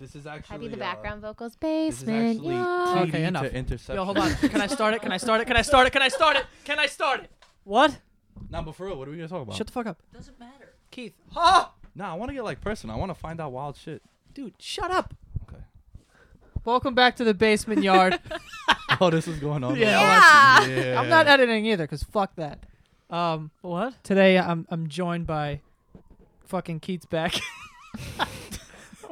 This is actually. Heavy the uh, background vocals. This is Basement. actually yard. TD Okay, to enough. interception. Yo, hold on. Can I start it? Can I start it? Can I start it? Can I start it? Can I start it? What? Nah, but for real, what are we gonna talk about? Shut the fuck up. Doesn't matter. Keith. Ha! nah, I want to get like personal. I want to find out wild shit. Dude, shut up. Okay. Welcome back to the basement yard. Oh, this is going on. Yeah. now? Yeah. I'm not editing either, cause fuck that. Um, What? today I'm I'm joined by fucking Keats back. I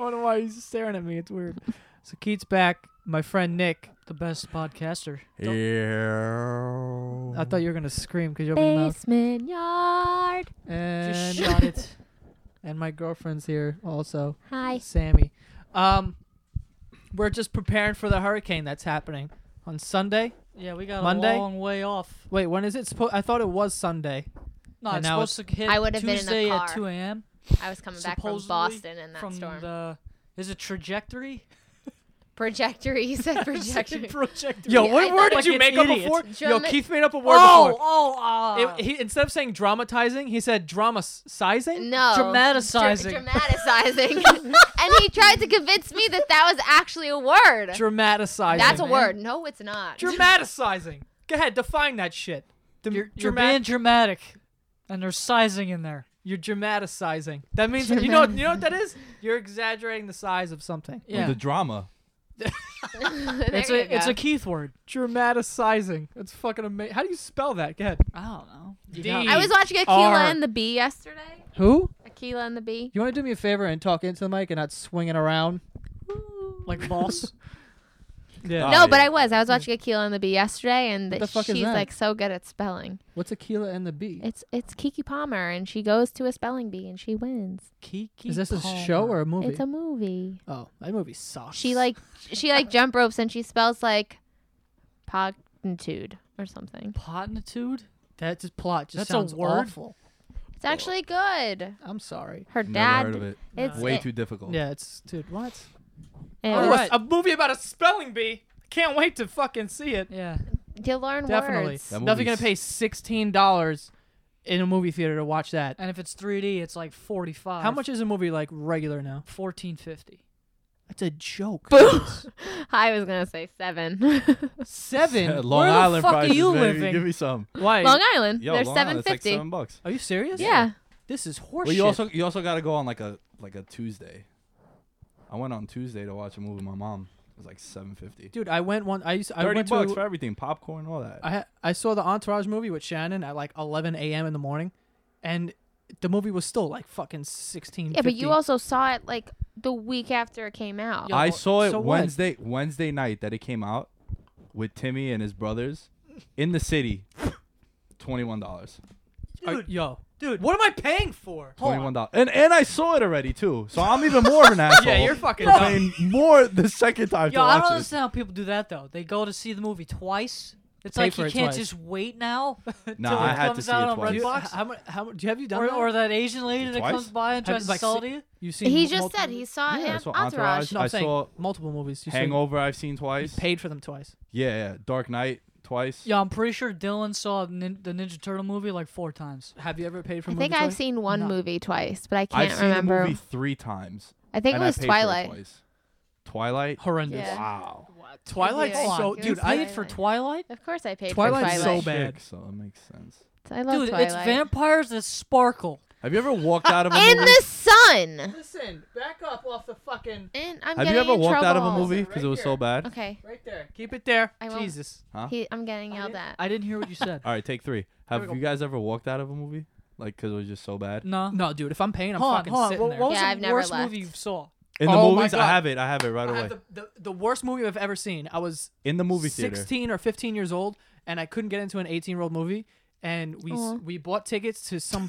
don't know why he's staring at me. It's weird. So Keats back, my friend Nick. The best podcaster. Yeah. I thought you were gonna scream because you opened your mouth. Basement yard. And Just shot it. and my girlfriend's here also, Hi. Sammy. Um, we're just preparing for the hurricane that's happening on Sunday. Yeah, we got Monday? a long way off. Wait, when is it? Suppo- I thought it was Sunday. No, And it's now supposed to hit I would've been in the Tuesday car at 2 a.m. I was coming back from Supposedly Boston in that from storm. the. Is it trajectory? Projectory. You said Projectory. projectory. trajectory. Yo, Yeah, I what word thought- did you Like an make up idiot. before? Drama- Yo, Keith made up a word Oh, before. oh, uh, It- he, instead of saying dramatizing, he said dramasizing. no. Dramaticizing. Dra- dramaticizing. and he tried to convince me that that was actually a word. Dramaticizing. That's a man. word. No, it's not. Dramaticizing. Go ahead, define that shit. Dem- you're, you're dramat- being dramatic, and there's sizing in there. you're dramaticizing. That means you know you know what that is. You're exaggerating the size of something. Yeah, The drama. There it's you a it's go. a Keith word. Dramaticizing. That's fucking amazing. How do you spell that? Go ahead. I don't know. You D- got I was watching Aquila R. and the Bee yesterday. Who? Aquila and the Bee. You want to do me a favor and talk into the mic and not swing it around? like boss. Yeah. Oh, no, but yeah. I was. I was watching Aquila and the Bee yesterday, and What the fuck is she's that? like so good at spelling. What's Aquila and the Bee? It's it's Kiki Palmer, and she goes to a spelling bee and she wins. Kiki Is this a Palmer. show or a movie? It's a movie. oh, that movie sucks. She like she like jump ropes, and she spells like pognitude or something. potentitude? that just plot just That's a sounds word? awful. It's actually good. I'm sorry. Her Never heard of dad. it. It's Way it- too difficult. Yeah, it's dude. What? it Oh, was- right. A movie about a spelling bee. Can't wait to fucking see it. Yeah. You learn Definitely. words. That Nothing gonna movie's- pay sixteen dollars in a movie theater to watch that. Uh, And if it's 3D, it's like 45. How much is a movie like regular now? 1450. That's a joke. I was gonna say seven. Seven. Long Where Island the fuck prices, are you baby. living? Give me some. Why? Long Island. Yo, They're Long seven Island, it's like fifty. seven bucks. are you serious? yeah. This is horseshit. Well, you also you also got to go on like a like a Tuesday. I went on Tuesday to watch a movie with my mom. It was like seven fifty. dude, I went one. I used. I Thirty went bucks to. for everything, popcorn, all that. I had, I saw the Entourage movie with Shannon at like 11 a.m. in the morning, and the movie was still like fucking 16. Yeah, but you 15. also saw it like the week after it came out. Yeah. I saw it so what? Wednesday Wednesday night that it came out with Timmy and his brothers in the city. Twenty one dollars. Are- Dude. yo, Dude. what am I paying for? Twenty one dollars. And and I saw it already too. So I'm even more of an asshole. Yeah, you're fucking for dumb. paying more the second time to Yo, I watch don't it. understand how people do that though. They go to see the movie twice. It's Pay like for you it can't twice. just wait now Nah, till I it had to comes see it out on twice. You, Redbox, how much? How much? Do you have you done or, that? or that Asian lady that Twice? comes by and Have tries you, to like, sell se- to you. You seen? he just multiple- said he saw Yeah, I it. saw Entourage. Entourage. No, I'm I saying saw multiple movies. You said Hangover I've seen You twice. paid for them twice. Yeah, yeah. Dark Knight twice. Yeah, I'm pretty sure Dylan saw nin- the Ninja Turtle movie like four times. Have you ever paid for? I a think movie I've twice? seen one No. movie twice, but I I've can't seen remember. the movie three times. I think it and was paid for it Twilight. twice. Twilight. horrendous. Yeah. Wow. Twilight's Yeah. Hold so on. dude. Give me I paid for Twilight. Twilight. Of course, I paid Twilight's for so Twilight. bad. So it makes sense. I love Dude, Twilight. it's vampires that sparkle. Have you ever walked out of a in movie? the sun. Listen, back up off the fucking And I'm Have getting you ever in walked trouble. out of a movie because Right it was so here. bad? Okay, right there. Keep it there. I won't. Jesus. Huh? he, I'm getting yelled at. I didn't hear what you said. All right, take three. we Have go. you guys ever walked out of a movie like because it was just so bad? no. No, dude. If I'm paying, I'm hold on, fucking hold on. sitting What, there. what was Yeah, the I've never worst left. movie you saw? In the Oh my movies, I God. have it. I have it right I away. have the, the, the worst movie I've ever seen. I was In the movie theater. 16 or 15 years old, and I couldn't get into an 18 year old movie. And we s- Aw. we bought tickets to some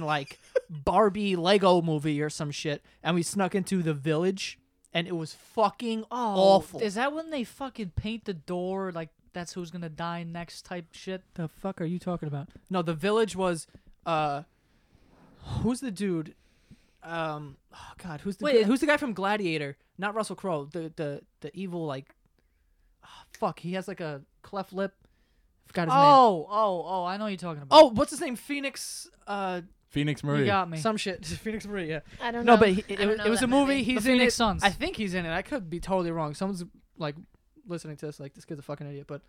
like Barbie Lego movie or some shit, and we snuck into the village, and it was fucking Oh. awful. Is that when they fucking paint the door like that's who's gonna die next type shit? the fuck are you talking about? No, the village was, uh, who's the dude? Um, oh god, who's the Wait, gu- who's the guy from Gladiator? Not Russell Crowe. The the the evil like, ah, fuck. He has like a cleft lip. Forgot his name. Oh, oh, oh! I know what you're talking about. Oh, what's his name? Phoenix. Uh, Phoenix You Marie. got me. Some shit. Phoenix Marie, yeah. I don't No, know. but he, it, don't was- know it was that a movie. movie. He's the in Phoenix it. Suns. I think he's in it. I could be totally wrong. Someone's like listening to this, like this kid's a fucking idiot. But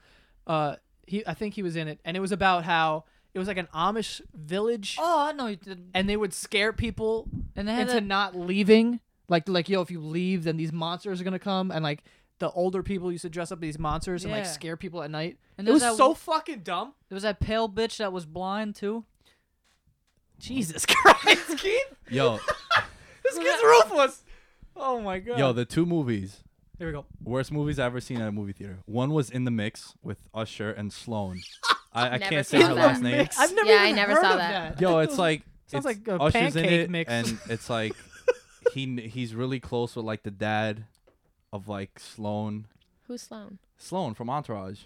uh, he, I think he was in it, and it was about how it was like an Amish village, oh, I know. you did. and they would scare people And they had into that- not leaving. Like, like yo, if you leave, then these monsters are gonna come, and like the older people used to dress up these monsters and like Yeah. scare people at night. And And it was there's that so one- fucking dumb. there was that pale bitch that was blind too. Jesus Christ, Keith, Yo, this kid's ruthless. Oh my god. yo, the two movies, here we go. worst movies I ever seen at a movie theater. One was In the Mix with Usher and Sloan. I, I Never can't seen say her that. last name. I've never Yeah, I even never heard saw of that. Yo, it's like sounds it's like a Usher's in pancake it, mix. and it's like he kn- he's really close with like the dad of like Sloan. Who's Sloan? Sloan from Entourage.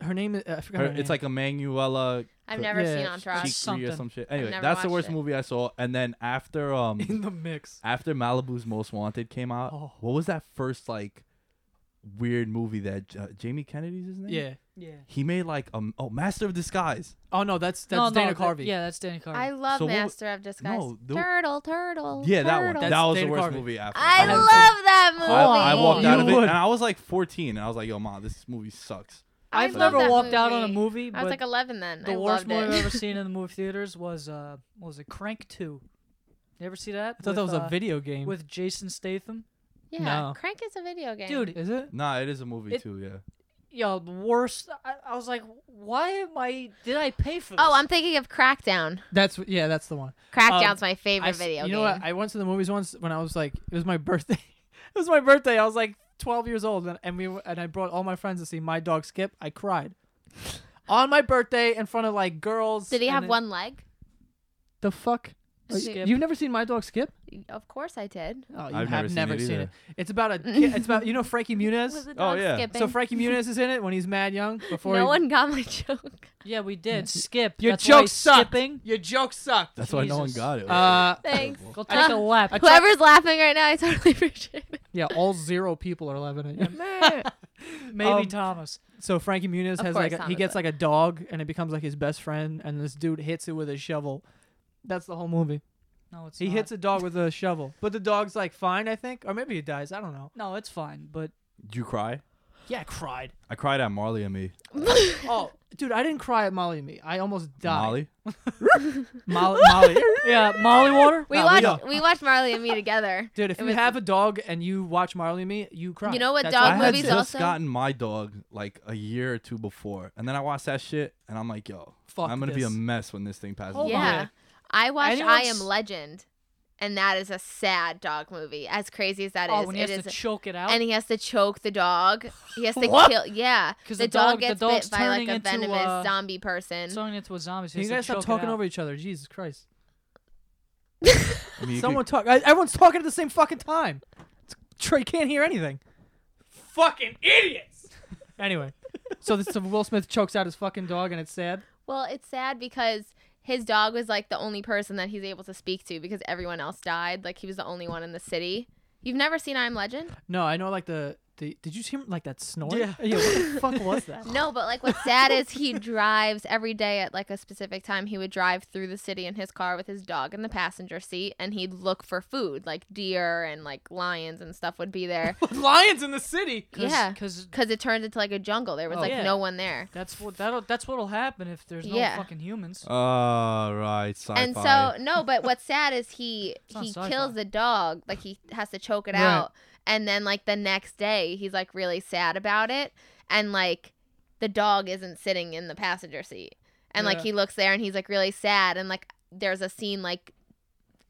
her name is I forgot. Her- her it's name. like Emanuela I've Cr- never yeah, seen she- Entourage. Chikri or something. some shit. Anyway, never that's the watched worst it. movie I saw. And then after um in the mix. after Malibu's Most Wanted came out, Oh. what was that first like weird movie that J- Jamie Kennedy's his name? Yeah. Yeah. He made like um oh Master of Disguise. Oh no, that's that's no, Dana no, Carvey. That, yeah, that's Dana Carvey. I love So what Master of Disguise. No, the- turtle, turtle. Yeah, that one. turtle. That That's was the Dana worst Carvey. movie after. Oh, I that. love that movie. I, I walked out You of it, would. and I was like 14, and I was like, "Yo, mom, this movie sucks." I I've love never that walked out on a movie. movie. I was but like 11 then. the I worst loved movie it. I've ever seen in the movie theaters was uh, what was it Crank Two? You ever see that? I thought With, that was uh, a video game. with Jason Statham. Yeah, No. Crank is a video game. Dude, is it? Nah, it is a movie It- too. Yeah. yo, the worst. I, I was like, why am I? Did I pay for this? Oh, I'm thinking of Crackdown. That's yeah, that's the one. Crackdown's my I favorite s- video you game. know what? I went to the movies once when I was like, it was my birthday. it was my birthday. I was like 12 years old, and, and we w- and I brought all my friends to see my dog Skip. I cried on my birthday in front of like girls. Did he and have it- one leg? The fuck? Skip. Skip. You've never seen my dog Skip? Of course I did. Oh, you I've have never seen never it seen, either. it. It's about a. kid- it's about you know Frankie Muniz. With the Oh, dog yeah. So Skipping. So Frankie Muniz is in it when he's mad young. Before no he- one got my joke. Yeah, we did. Skip. Mm. Your That's why joke he's sucked. Skipping. Your joke sucked. That's why no one Jesus. got it. Uh, Thanks. Go take a lap. I tried- Whoever's laughing right now, I totally appreciate it. yeah, all zero people are loving it. Maybe Um, Thomas. So Frankie Muniz Of has like course a, not, he is gets it? like a dog and it becomes like his best friend and this dude hits it with a shovel. That's the whole movie. No, it's He not. hits a dog with a shovel, but the dog's like fine, I think, or maybe he dies. I don't know. No, it's fine. But Did you cry? Yeah, I cried. I cried at Marley and Me. Oh, dude, I didn't cry at Molly and Me. I almost died. Molly. Molly, Molly. yeah, Molly Water. We Nah, we watched we, watched Marley and Me together. Dude, if It you was- have a dog and you watch Marley and Me, you cry. You know what That's dog all- I had movies just also? gotten my dog like a year or two before, and then I watched that shit, and I'm like, "Yo, Fuck I'm gonna be a this. mess when this thing passes." Oh by. yeah. my. I watched I Anyone's- Am Legend, and that is a sad dog movie. As crazy as that is, Oh, when he it has is- to choke it out. and he has to choke the dog. He has to What? kill. Yeah, 'Cause the, the dog dog- the gets dog's bit by like turning a into, venomous uh, zombie person. It's turning into a zombie. So Can he you guys has to stop choke it talking out. over each other? Jesus Christ. I mean, you Someone talk. I, everyone's talking at the same fucking time. It's, Trey can't hear anything. Fucking idiots. anyway, so this so Will Smith chokes out his fucking dog, and it's sad. Well, it's sad because his dog was like the only person that he's able to speak to because everyone else died. Like he was the only one in the city. You've never seen I Am Legend? No, I know like the. the did you see him like that snort? Yeah. what the fuck was that? No, but like what's sad is he drives every day at like a specific time. He would drive through the city in his car with his dog in the passenger seat and he'd look for food. Like deer and like lions and stuff would be there Lions in the city. Yeah. Because because it turned into like a jungle. There was Oh, like yeah. no one there. that's what that'll, that's what'll happen if there's no Yeah. fucking humans. Uh, All right, sci-fi. And so no, but what's sad is he not he sci-fi. kills the dog, like he has to choke it Right. out, and then like the next day he's like really sad about it, and like the dog isn't sitting in the passenger seat, and like Yeah. he looks there and he's like really sad, and like there's a scene like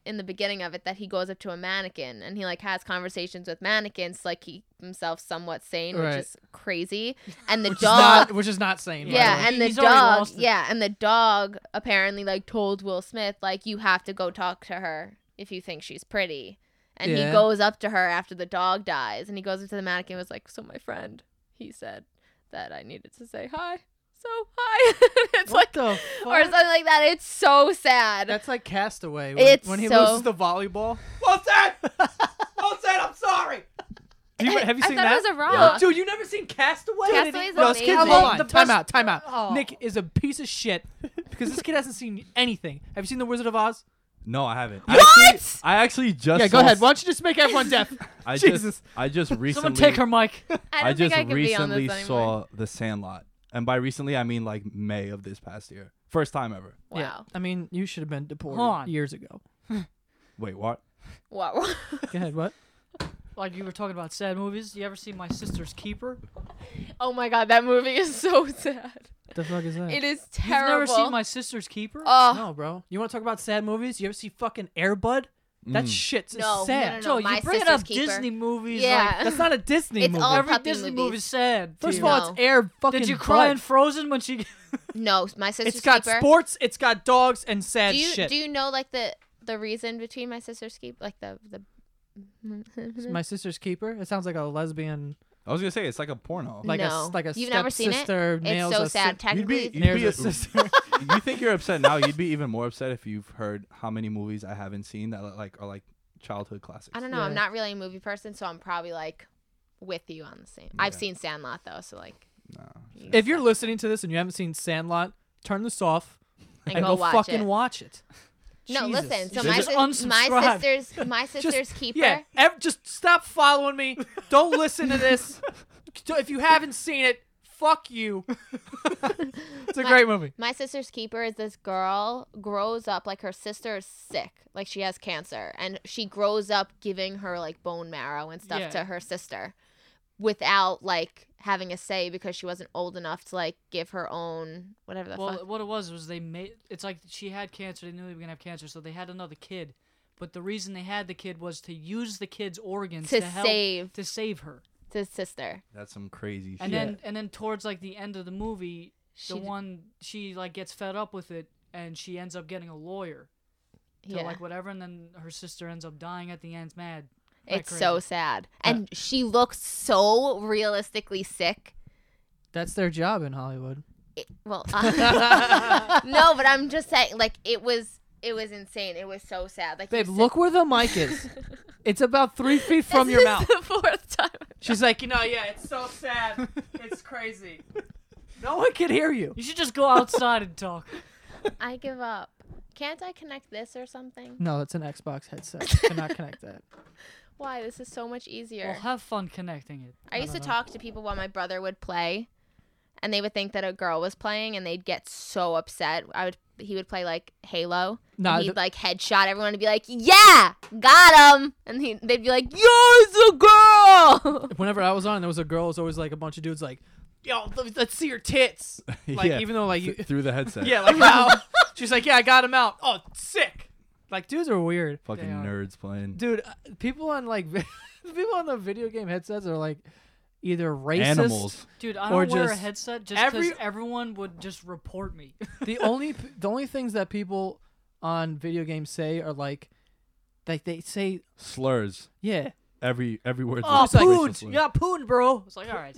in the beginning of it that he goes up to a mannequin and he like has conversations with mannequins to, like keep himself somewhat sane, Right. which is crazy, and the Which is dog not which is not sane. by the yeah, way. Right. and the He's already dog. lost it. Yeah, and the dog apparently like told Will Smith like you have to go talk to her if you think she's pretty. And Yeah. he goes up to her after the dog dies, and he goes up to the mannequin and was like, "So my friend, he said that I needed to say hi. So hi." it's What like the or fuck? something like that. It's so sad. That's like Castaway. When, It's when he so- loses the volleyball. What's that? What's that? I'm sorry. Do you, have you I seen thought that? it was a rock. Dude, you never seen Castaway? Castaway's no, this amazing. kid, How hold on. long- the time best- out, time out. Oh. Nick is a piece of shit because this kid hasn't seen anything. Have you seen The Wizard of Oz? No, I haven't. I What? actually, I actually just yeah, go saw ahead. Why don't you just make everyone deaf? I Jesus. just I just recently Someone take her mic. I don't I, think just I could be on recently this anymore. saw The Sandlot, and by recently I mean like May of this past year, first time ever. Wow. Yeah. I mean, you should have been deported Hold on. years ago. Wait, what? Wow. Go ahead. What? Like you were talking about sad movies. You ever see My Sister's Keeper? oh my god, that movie is so sad. The fuck is that? It is You've terrible. never seen My Sister's Keeper? Oh no, bro. You want to talk about sad movies? You ever see fucking Airbud? That Mm. shit's No, sad. no, no, no. Joe, My you bringing Sister's up Keeper. Disney movies. Yeah. Like, That's not a Disney It's movie. all every puppy Disney movies. movie's sad. First dude. of all, No. it's Air fucking. did you cry Bud. in Frozen when she? no, my sister's It's got keeper. sports. It's got dogs and sad do you shit. do you know like the the reason between my sister's keeper, like the the. My sister's keeper. It sounds like a lesbian, I was gonna say it's like a porno. like a No. s- like a You've never seen it? stepsister it's nails so a sad. si- You'd be, Technically, you'd be nails a- a sister. you think you're upset now? You'd be even more upset if you've heard how many movies I haven't seen that like are like childhood classics. I don't know. I'm Yeah. not really a movie person, so I'm probably like with you on the same. I've Yeah. seen Sandlot though, so like No. if you're listening to this and you haven't seen Sandlot, turn this off and, and go, go, watch fucking it. watch it. no, Jesus. listen. So Just my, sis- my unsubscribe. sister's my sister's keeper. Yeah, ev- just stop following me. Don't listen to this. So if you haven't seen it, fuck you. it's a My- great movie. My sister's keeper is this girl grows up like her sister is sick, like she has cancer, and she grows up giving her like bone marrow and stuff Yeah. to her sister without like having a say because she wasn't old enough to like give her own whatever the well, fuck. what it was was they made. It's like she had cancer. They knew they were gonna have cancer, so they had another kid. But the reason they had the kid was to use the kid's organs To to, help save. to save her. To sister. That's some crazy And shit. then and then towards like the end of the movie, She the d- one she like gets fed up with it and she ends up getting a lawyer to Yeah. like whatever and then her sister ends up dying at the end mad. Like it's so crazy. sad. Uh, And she looks so realistically sick. That's their job in Hollywood. It, well, uh, no, but I'm just saying like it was it was insane. It was so sad. Like you Babe, said- look where the mic is. it's about three feet from your This mouth. is the fourth time. She's like, you know, yeah, it's so sad. It's crazy. No one can hear you. You should just go outside and talk. I give up. Can't I connect this or something? No, that's an Xbox headset. Cannot connect that. Why? This is so much easier. Well, have fun connecting it. I used to talk to people while my brother would play, and they would think that a girl was playing, and they'd get so upset. I would. He would play like Halo. No, and he'd th- like headshot everyone and be like, "Yeah, got him!" And he, they'd be like, "Yo, it's a girl." Whenever I was on, there was a girl. It was always like a bunch of dudes like, yo, let- let's see your tits. Like Yeah. even though like you, Th- through the headset. yeah, like how she's like, yeah, I got him out. Oh, sick. Like dudes are weird. Fucking They are. nerds playing. Dude, uh, people on like vi- people on the video game headsets are like either racist. Animals. Dude, I Or don't wear a just- headset just because every- everyone would just report me. the only p- the only things that people on video games say are like like they say Slurs. yeah Every every word's a Oh, racial poons. slur. You got pooned, bro. It's like, all right.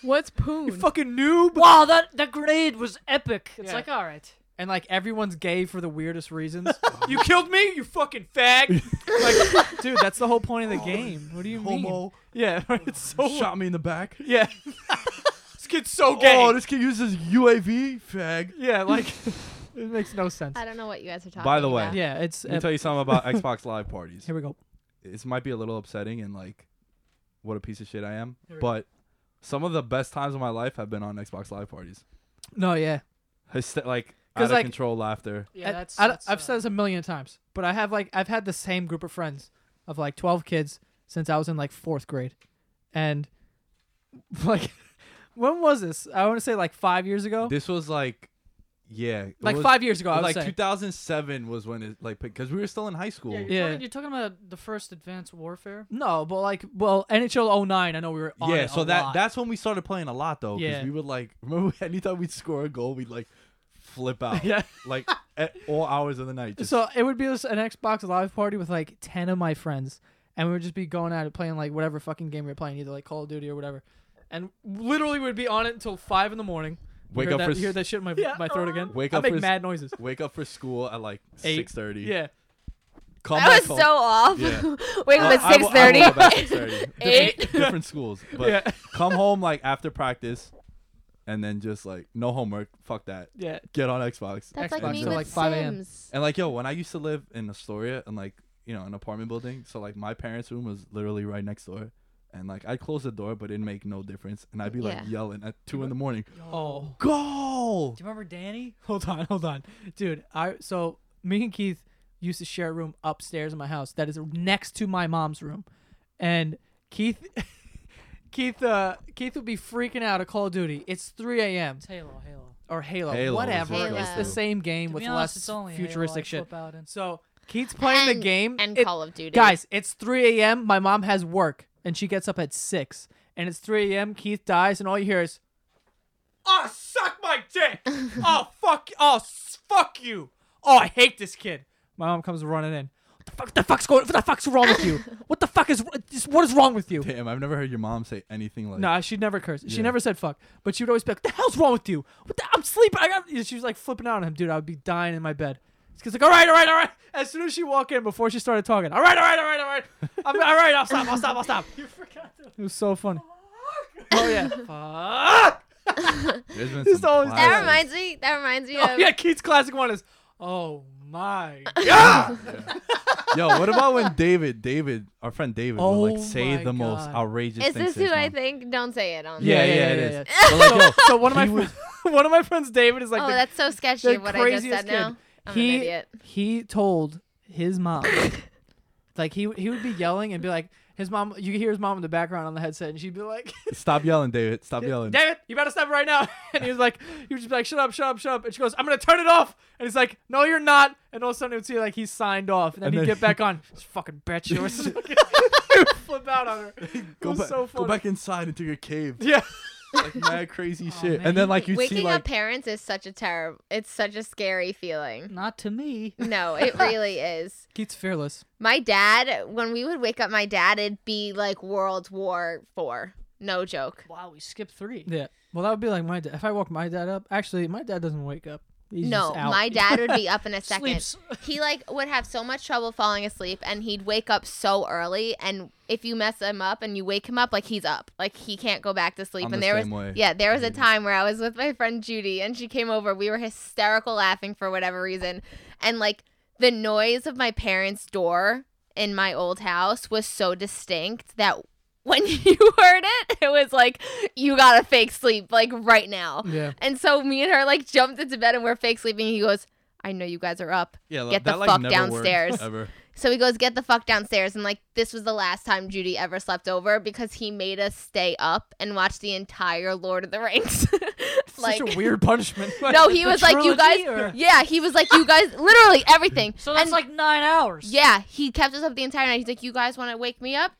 What's you poon? fucking noob Wow, that, that grade was epic. It's Yeah. like, all right. and like everyone's gay for the weirdest reasons you killed me you fucking fag like dude that's the whole point of the game what do you mean Oh, Homo. yeah it's so Shot me in the back. yeah this kid's so gay Oh, this kid uses UAV, fag. yeah like it makes no sense I don't know what you guys are talking. By the way, about. yeah it's Let me uh, tell you something about Xbox Live parties. here we go This might be a little upsetting and like, what a piece of shit I am. Here we go. But some of the best times of my life have been on Xbox Live parties. no yeah Hyster- like 'Cause, out of like- control laughter. Yeah, I- that's. I, that's, have uh, said this a million times, but I have like I've had the same group of friends of like twelve kids since I was in like fourth grade, and like when was this? I want to say like five years ago. This was like, yeah, it Oh. like was- five years ago, I was like like, 2007 was when it like because we were still in high school. Yeah, you're, Yeah. Talking, you're talking about the first Advanced Warfare? no, but like, well, NHL 09, I know we were on Yeah, it so a that lot. that's when we started playing a lot though. Because Yeah. we would like remember anytime we'd score a goal, we'd like flip out. Yeah. Like at all hours of the night. Just so it would be this, an Xbox Live party with like ten of my friends, and we would just be going at it playing like whatever fucking game we were playing, either like Call of Duty or whatever, and literally would be on it until five in the morning. wake hear up that, for hear s- that shit in my, Yeah. my throat again. Wake I up make for s- mad noises. wake up for school at like Eight. six thirty. Yeah, Come That was back home. so off. Yeah. Wake Well, up at I will- I six will thirty. go back at 6:30. Different- Eight. different schools. But Yeah. come home like after practice and then just like no homework, fuck that. Yeah. Get on Xbox. That's Xbox like me till, with like, 5 a.m. Sims. And like yo, when I used to live in Astoria and like you know an apartment building, so like my parents' room was literally right next door, and like I'd close the door, but it'd make no difference, and I'd be like Yeah. yelling at two in the morning, Oh. "Go!" Do you remember Danny? Hold on, hold on, dude. I so me and Keith used to share a room upstairs in my house that is next to my mom's room, and Keith, Keith, uh, Keith would be freaking out at Call of Duty. It's 3 a.m. It's Halo, Halo. or Halo, Halo is whatever. what It's I the do. same game To with be honest, less it's only futuristic Halo I shit. flip out and- So Keith's playing And- the game and It- Call of Duty. Guys, it's 3 a.m. My mom has work and she gets up at 6. And it's 3 a.m. Keith dies, and all you hear is, Oh, suck my dick! oh, fuck, oh, s- fuck you! Oh, I hate this kid. My mom comes running in. What the fuck, the fuck's going? What the fuck's wrong with you? What the fuck is? What is wrong with you? Damn, I've never heard your mom say anything like. Nah, she never cursed. She Yeah. never said fuck. But she would always be like, "The hell's wrong with you? What the, I'm sleeping." I got. She was like flipping out on him, dude. I would be dying in my bed. She's like, "All right, all right, all right." As soon as she walked in, before she started talking, "All right, all right, all right, all right." I'm all right. I'll stop. I'll stop. I'll stop. You forgot to. It was so funny. Oh yeah. Fuck. There's been It's some always- classics. That reminds me. That reminds me Oh of. yeah. Keith's classic one is, "Oh my god." Yo, what about when David, David, our friend David, would like Oh say my the most God. outrageous Is things. this to his who I mom. think? Don't say it Um, on. Yeah, Yeah, yeah, yeah, it yeah, is. yeah. But, like, yo, so one of my He was- fr- one of my friends, David, is like oh, the that's so sketchy. the What I just craziest said now. kid. I'm he an idiot. he told his mom, like he he would be yelling and be like, his mom. You could hear his mom in the background on the headset, and she'd be like, Stop yelling, David. Stop yelling. "David, you better stop right now." And he was like, he was just like, "Shut up, shut up, shut up." And she goes, "I'm gonna turn it off." And he's like, "No, you're not." And all of a sudden, it would see like he signed off, and then And he'd then- get back on. This fucking bitch, you was fucking- flip out on her. It Go was back, so funny. Oh, go back inside into your cave. Yeah. Like mad crazy shit. man. And then like you Waking see like up parents is such a terrible. It's such a scary feeling. Not to me. No, it really is. Keith's fearless. My dad, when we would wake up, my dad, it'd be like World War Four. No joke. Wow, we skipped three. Yeah. Well, that would be like my dad. If I woke my dad up, actually, my dad doesn't wake up. He's no, just out. my dad would be up in a second. Sleeps. He like would have so much trouble falling asleep, and he'd wake up so early. And if you mess him up and you wake him up, like he's up, like he can't go back to sleep. I'm and the there same was way. yeah, there was a hate it. time where I was with my friend Judy, and she came over. We were hysterical laughing for whatever reason, and like the noise of my parents' door in my old house was so distinct that. When you heard it, it was like, you gotta fake sleep, like right now. Yeah. And so me and her like jumped into bed and we're fake sleeping. He goes, I know you guys are up. yeah, Get that, the like, fuck never worked, downstairs. ever. So he goes, Get the fuck downstairs. And like, this was the last time Judy ever slept over because he made us stay up and watch the entire Lord of the Rings. like, Such a weird punishment. no, he The was like, You guys, trilogy, or- yeah, he was like, You guys, literally everything. So that's And- like nine hours. yeah, he kept us up the entire night. He's like, You guys want to wake me up?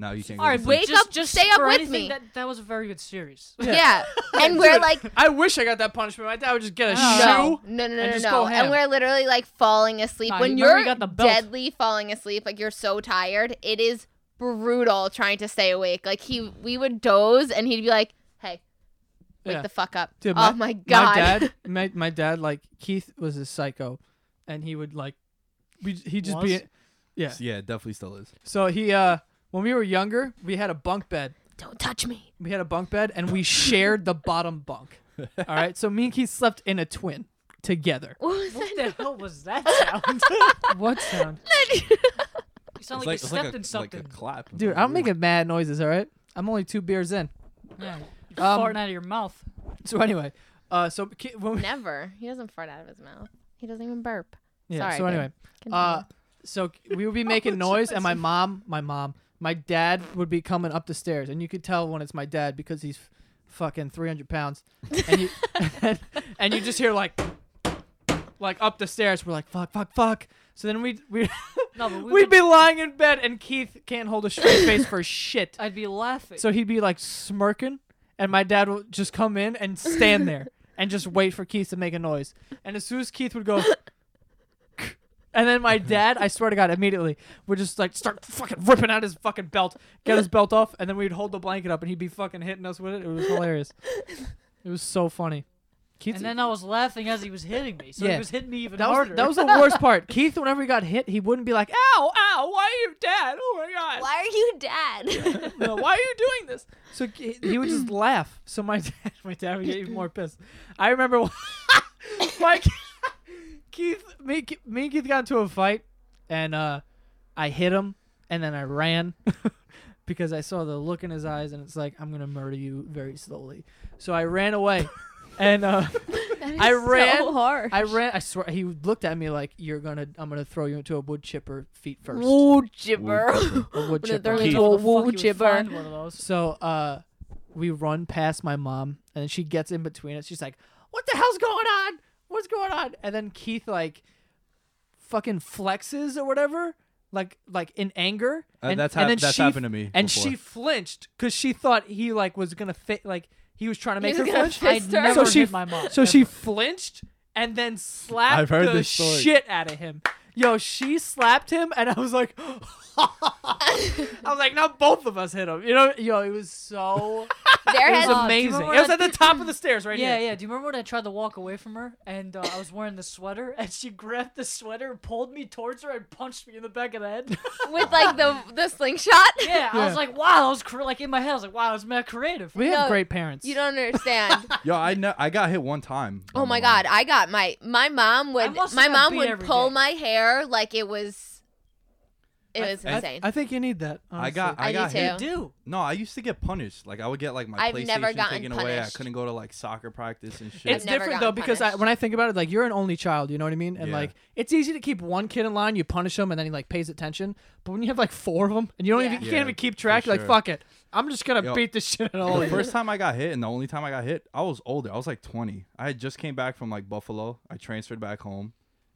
Now you can't. All right, go to but sleep. wake just, up, just stay up for with anything, me. That, that was a very good series. Yeah. And we're Dude, like, I wish I got that punishment. My dad would just get a Oh. No, shoe. no, no, and no, just no. go ham. And we're literally like falling asleep. Nah, you when remember you're you got the belt. deadly falling asleep, like you're so tired, it is brutal trying to stay awake. Like he, we would doze, and he'd be like, "Hey, wake Yeah. the fuck up!" Dude, oh my god. My dad, my, my dad, like Keith was a psycho, and he would like, we he just be, Was? yeah. Yeah, it definitely still is. So he, uh, when we were younger, we had a bunk bed. Don't touch me. We had a bunk bed, and we shared the bottom bunk. All right. So me and Keith slept in a twin together. What was What that? the hell was that sound? What sound, You sound It's like, like, you it's stepped like a, in something. Like a clap. dude? I'm making mad noises. All right. I'm only two beers in. yeah, you're Um, farting out of your mouth. So anyway, uh, so Ke- when we, Never. He doesn't fart out of his mouth. He doesn't even burp. yeah. Sorry, so babe. anyway, Continue. Uh, so we would be making noise, and my mom, my mom, my dad would be coming up the stairs, and you could tell when it's my dad because he's fucking three hundred pounds, and you and, you just hear like like up the stairs. We're like fuck, fuck, fuck. So then we we No, but we we'd be lying in bed, and Keith can't hold a straight face for shit. I'd be laughing. So he'd be like smirking, and my dad would just come in and stand there and just wait for Keith to make a noise. And as soon as Keith would go, and then my dad, I swear to God, immediately would just like start fucking ripping out his fucking belt, get his belt off, and then we'd hold the blanket up and he'd be fucking hitting us with it. It was hilarious. It was so funny. Keith, And then I was laughing as he was hitting me, so Yeah. he was hitting me even that was harder. that was the worst part. Keith, whenever he got hit, he wouldn't be like, "Ow, ow, why are you dead? Oh my god, Why are you dad? No, why are you doing this?" So he he would just laugh. So my dad, my dad would get even more pissed. I remember one- my Keith, me, me and Keith got into a fight, and uh, I hit him, and then I ran because I saw the look in his eyes, and it's like I'm gonna murder you very slowly. So I ran away, and uh. That is I ran- So hard. I ran. I swear, he looked at me like, "You're gonna, I'm gonna throw you into a wood chipper feet first. Woo jibber. A wood When it chipper. throws Keith. into a Where the fuck you woo would jibber. find one of those. So, uh, we run past my mom, and then she gets in between us. She's like, "What the hell's going on? What's going on?" And then Keith like, fucking flexes or whatever, like, like in anger. Uh, and, that's and hap- then that's she, happened to me And before. she flinched because she thought he like was gonna fit, like he was trying to make was her gonna flinch. fist I'd her. never So she- hit my mom. So she flinched and then slapped I've heard the this story. shit out of him. Yo, she slapped him, and I was like, I was like, now both of us hit him. You know, yo, it was so There it has was Oh, amazing. It remember was when at the top of the stairs, right yeah, here. yeah. Do you remember when I tried to walk away from her and uh, I was wearing the sweater and she grabbed the sweater and pulled me towards her and punched me in the back of the head? with like the the slingshot. yeah, I Yeah. was like, wow, that was cre- like in my head. I was like, wow, that was mad creative. We have have No, great great parents. You don't understand. Yo, I know I got hit one time. by Oh my mom. god, I got my my mom would must have my got mom beat would every pull day. my hair like it was it was I- insane. I think you need that. I got. honestly. I, I do got too. hit. Yeah. Do No, I used to get punished. Like I would get like my I've PlayStation never gotten taken away. I punished. couldn't go to like soccer practice and shit. It's I've never different though gotten because I, punished. when I think about it, like you're an only child, you know what I mean, and Yeah. like it's easy to keep one kid in line. You punish him, and then he like pays attention. But when you have like four of them, and you don't Yeah. even you Yeah, can't even keep track, for you're like sure. fuck it, I'm just gonna Yo, beat the shit out of all the of you. first time I got hit and the only time I got hit, I was older. I was like 20. I had just came back from like Buffalo. I transferred back home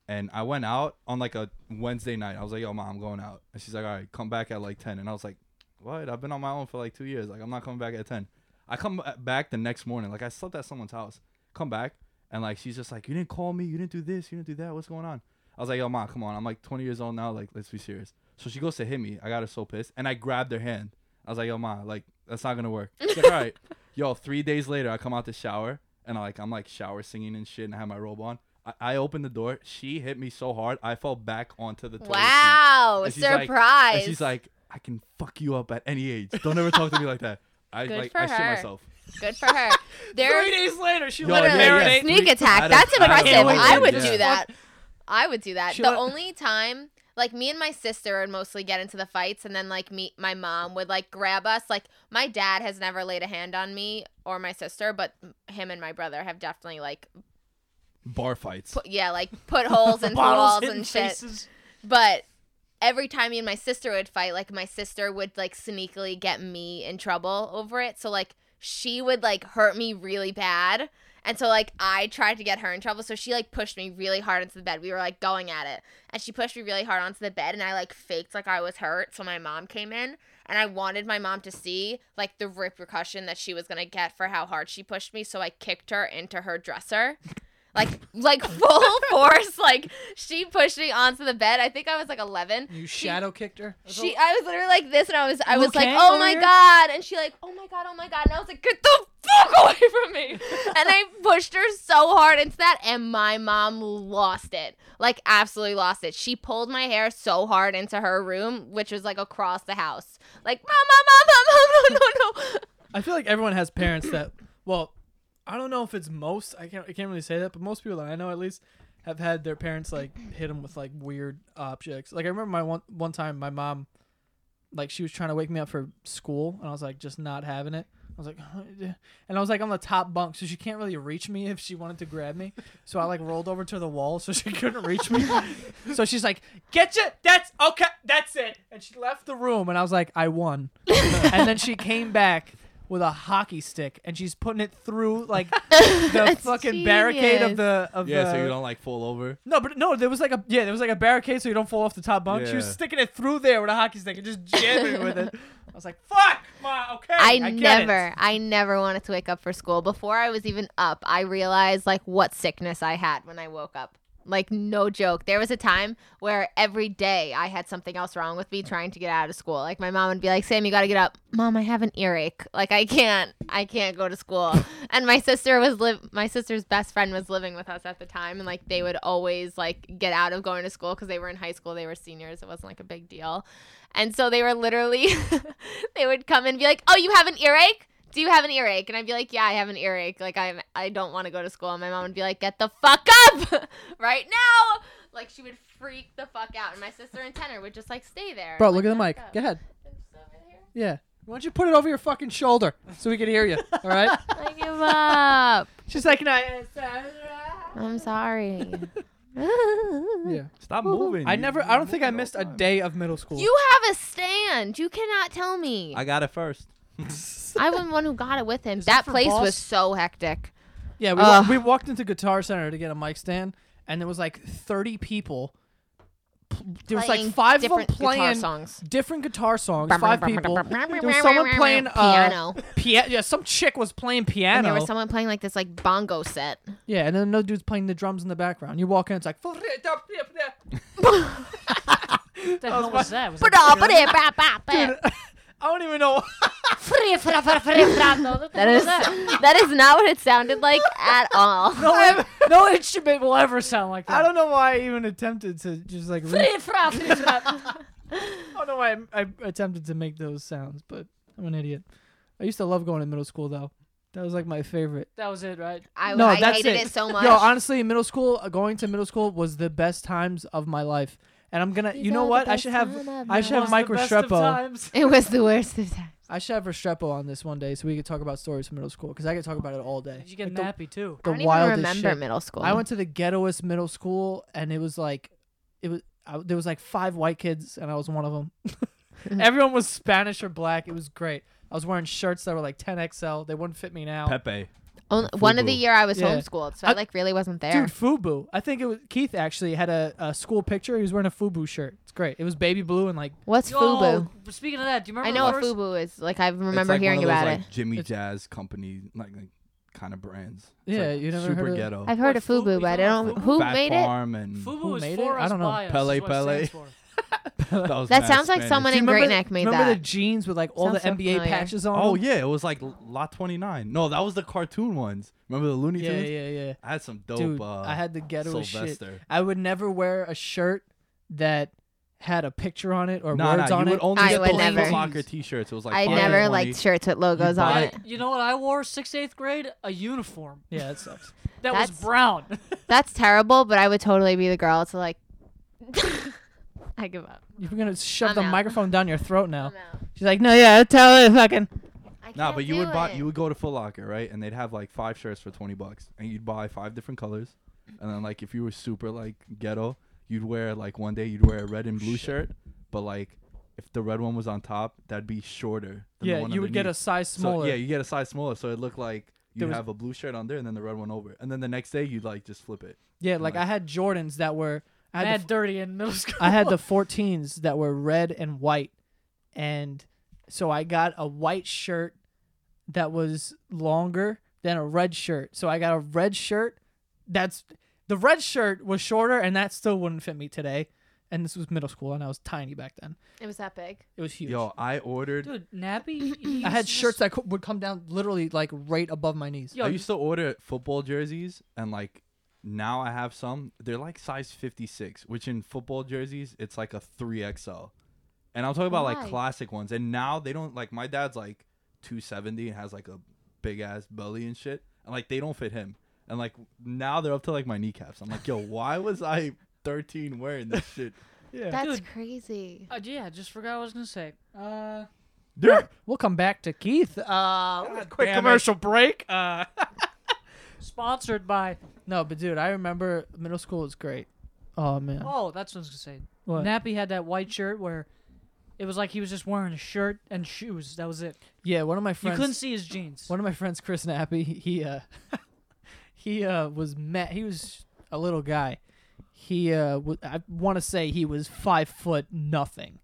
and I went out on like a Wednesday night. I was like, yo, mom, I'm going out. And she's like, all right, come back at like 10. And I was like, what? I've been on my own for like two years. Like, I'm not coming back at 10. I come ba- back the next morning. Like, I slept at someone's house. Come back. And like, she's just like, you didn't call me. You didn't do this. You didn't do that. What's going on? I was like, yo, mom, come on. I'm like 20 years old now. Like, let's be serious. So she goes to hit me. I got her so pissed. And I grabbed her hand. I was like, yo, ma, like, that's not gonna work. She's like, all right. Yo, three days later, I come out to shower and I like I'm like shower singing and shit, and I have my robe on. I, I opened the door. She hit me so hard, I fell back onto the toilet. seat. wow, And she's like- surprise. and she's like, I can fuck you up at any age. Don't ever talk to me like that. I Good like for I shit her. myself. Good for her. Three There days later, she Yo, let yeah, her literally yeah. marinate. sneak I'd attack. That's have- I'd have impressive. killed I her, would yeah. do that. I would do that. She the let- only time like me and my sister would mostly get into the fights and then like me my mom would like grab us. Like my dad has never laid a hand on me or my sister, but him and my brother have definitely like Bar fights. put, yeah, like put holes into walls bottles and and shit. faces. But every time me and my sister would fight, like my sister would like sneakily get me in trouble over it. So like she would like hurt me really bad. And so like I tried to get her in trouble. So she like pushed me really hard into the bed. We were like going at it. And she pushed me really hard onto the bed and I like faked like I was hurt. So my mom came in and I wanted my mom to see like the repercussion that she was gonna get for how hard she pushed me. So I kicked her into her dresser. Like like full force. Like she pushed me onto the bed. I think I was like eleven. You shadow kicked her. She, I was literally like this, and I was, I was Liu like, Kang oh over my here? god, and she like, oh my god, oh my god, and I was like, get the fuck away from me, and I pushed her so hard into that, and my mom lost it, like absolutely lost it. She pulled my hair so hard into her room, which was like across the house, like mom, mom, mom, mom, mom, no, no, no. I feel like everyone has parents that, well, I don't know if it's most. I can't. I can't really say that, but most people that I know, at least, have had their parents like hit them with like weird objects. Like I remember my one one time, my mom, like she was trying to wake me up for school, and I was like just not having it. I was like, and I was like on the top bunk, so she can't really reach me if she wanted to grab me. So I like rolled over to the wall, so she couldn't reach me. so she's like, "Get you? That's okay. That's it." And she left the room, and I was like, "I won." and then she came back with a hockey stick, and she's putting it through like the That's fucking barricade of genius. the of Yeah, the. so you don't like fall over. No, but no, there was like a yeah, there was like a barricade so you don't fall off the top bunk. She was Yeah. sticking it through there with a hockey stick and just jamming with it. I was like, "Fuck, ma, okay." I, get it." never, I never wanted to wake up for school. Before I was even up, I realized like what sickness I had when I woke up. Like no joke. There was a time where every day I had something else wrong with me trying to get out of school. Like my mom would be like, "Sam, you got to get up." Mom, I have an earache. Like I can't. I can't go to school. and my sister was live my sister's best friend was living with us at the time and like they would always like get out of going to school cuz they were in high school. They were seniors. It wasn't like a big deal. And so they were literally they would come and be like, "Oh, you have an earache?" do you have an earache? And I'd be like, yeah, I have an earache. Like I'm, I don't want to go to school. And my mom would be like, get the fuck up right now. Like she would freak the fuck out. And my sister and Tenor would just like stay there. Bro, Like, look at the "Back mic. up." Go ahead. They're just over here. Yeah. Why don't you put it over your fucking shoulder so we can hear you? All right. I give up. She's like, no. I'm sorry. Yeah. Stop moving. I You- never. you I don't think move I it all missed the a time. day of middle school. You have a stand. You cannot tell me. I got it first. I was the one who got it with him. That for place boss- was so hectic. Yeah, we, wa- Ugh. we walked into Guitar Center to get a mic stand, and there was like 30 people. P- There was like Playing five different of them guitar playing songs. different guitar songs. Five people. There was someone playing Uh, piano. pia- yeah, some chick was playing piano. and there was someone playing like this like bongo set. yeah, and then another dude's playing the drums in the background. You walk in, it's like. What the hell was that? Was that that I don't even know. is that is not what it sounded like at all. no, in- no instrument will ever sound like I that. don't know why I even attempted to just like. Re- I don't know why I, I attempted to make those sounds, but I'm an idiot. I used to love going to middle school though. That was like my favorite. that was it, right? I, No, I that's hated it. it. so much. Yo, honestly, in middle school, uh, going to middle school was the best times of my life. And I'm gonna, you know what? I should have, I should have Was the Mike best of Restrepo. times. it was the worst of times. I should have Restrepo on this one day so we could talk about stories from middle school because I could talk about it all day. Did you get Like, nappy too? the, I don't the even wildest remember shit. middle school. I went to the ghettoest middle school, and it was like, it was I, there was like five white kids, and I was one of them. Everyone was Spanish or black. It was great. I was wearing shirts that were like 10XL. They wouldn't fit me now. Pepe. Only, one of the Fubu. year I was Yeah. homeschooled, so I, I- like really wasn't there. Dude, FUBU. I think it was Keith actually had a, a school picture. He was wearing a FUBU shirt. It's great. It was baby blue and like What's fubu? Yo, Speaking of that, do you remember? I know the what first- fubu is. Like I It's remember like one hearing of those, about like, it. Jimmy It's- Jazz Company, like, like kind of brands. Yeah, like you never super heard of it? ghetto. I've heard What, of fubu? fubu, You but I know don't. what Who Fat made it? Farm and Fubu is Mm. made it? for I don't know. Bias, Pele is what it Pele. stands for. that, was That mad someone Spanish. someone in Do you Great remember- Neck made Remember the that. jeans with like all Sounds the so NBA familiar. patches on? Oh them? yeah, it was like L- Lot Twenty Nine. No, that was the cartoon ones. Remember the Looney yeah, Tunes? yeah, yeah. I had some dope. Dude, uh, I had the ghettoest shit. Sylvester. I would never wear a shirt that had a picture on it or Nah, words nah, on you it. would only I get would the never. Foot Locker T-shirts. It was like I five never twenty. liked shirts with logos on buy it. You know what I wore sixth, eighth grade? A uniform yeah, that sucks. that was That's- brown. That's terrible, but I would totally be the girl to like. I give up. You're gonna shove I'm the out. microphone down your throat now. I'm out. She's like, no, yeah, tell her fucking. I can't Nah, but you do would buy. it. You would go to Foot Locker, right? And they'd have like five shirts for twenty bucks, and you'd buy five different colors. And then like if you were super like ghetto, you'd wear like one day you'd wear a red and blue shirt, but like if the red one was on top, that'd be shorter. Than the Yeah, one you would get a underneath. size So, smaller. yeah, you get a size smaller, so it looked like you There would was- have a blue shirt on there and then the red one over, and then the next day you'd like just flip it. Yeah, like I had Jordans that were I had, the, Mad dirty in middle school. I had the 14s that were red and white, and so I got a white shirt that was longer than a red shirt. So I got a red shirt that's the red shirt was shorter, and that still wouldn't fit me today. And this was middle school, and I was tiny back then. It was that big. It was huge. Yo, I ordered. Dude, nappy. I had shirts that co- would come down literally like right above my knees. Yo, I used to order football jerseys, and like now I have some. They're like size 56, which in football jerseys, it's like a 3XL. And I'm talking about Why? like classic ones. And now they don't like my dad's like 270 and has like a big ass belly and shit. And like they don't fit him. And like now they're up to like my kneecaps. I'm like, yo, why was I 13 wearing this shit? Yeah. That's Dude. crazy. Uh, yeah, I just forgot what I was gonna say. Uh, Dude, We'll come back to Keith. Uh, quick damn it. commercial break. Uh. sponsored by. No, but dude, I remember middle school was great. Oh man. Oh, that's what I was gonna say. What? Nappy had that white shirt where it was like he was just wearing a shirt and shoes. That was it. Yeah, one of my friends You couldn't see his jeans. one of my friends, Chris Nappy, he uh he uh was met he was a little guy. He uh wa- I wanna say he was five foot nothing.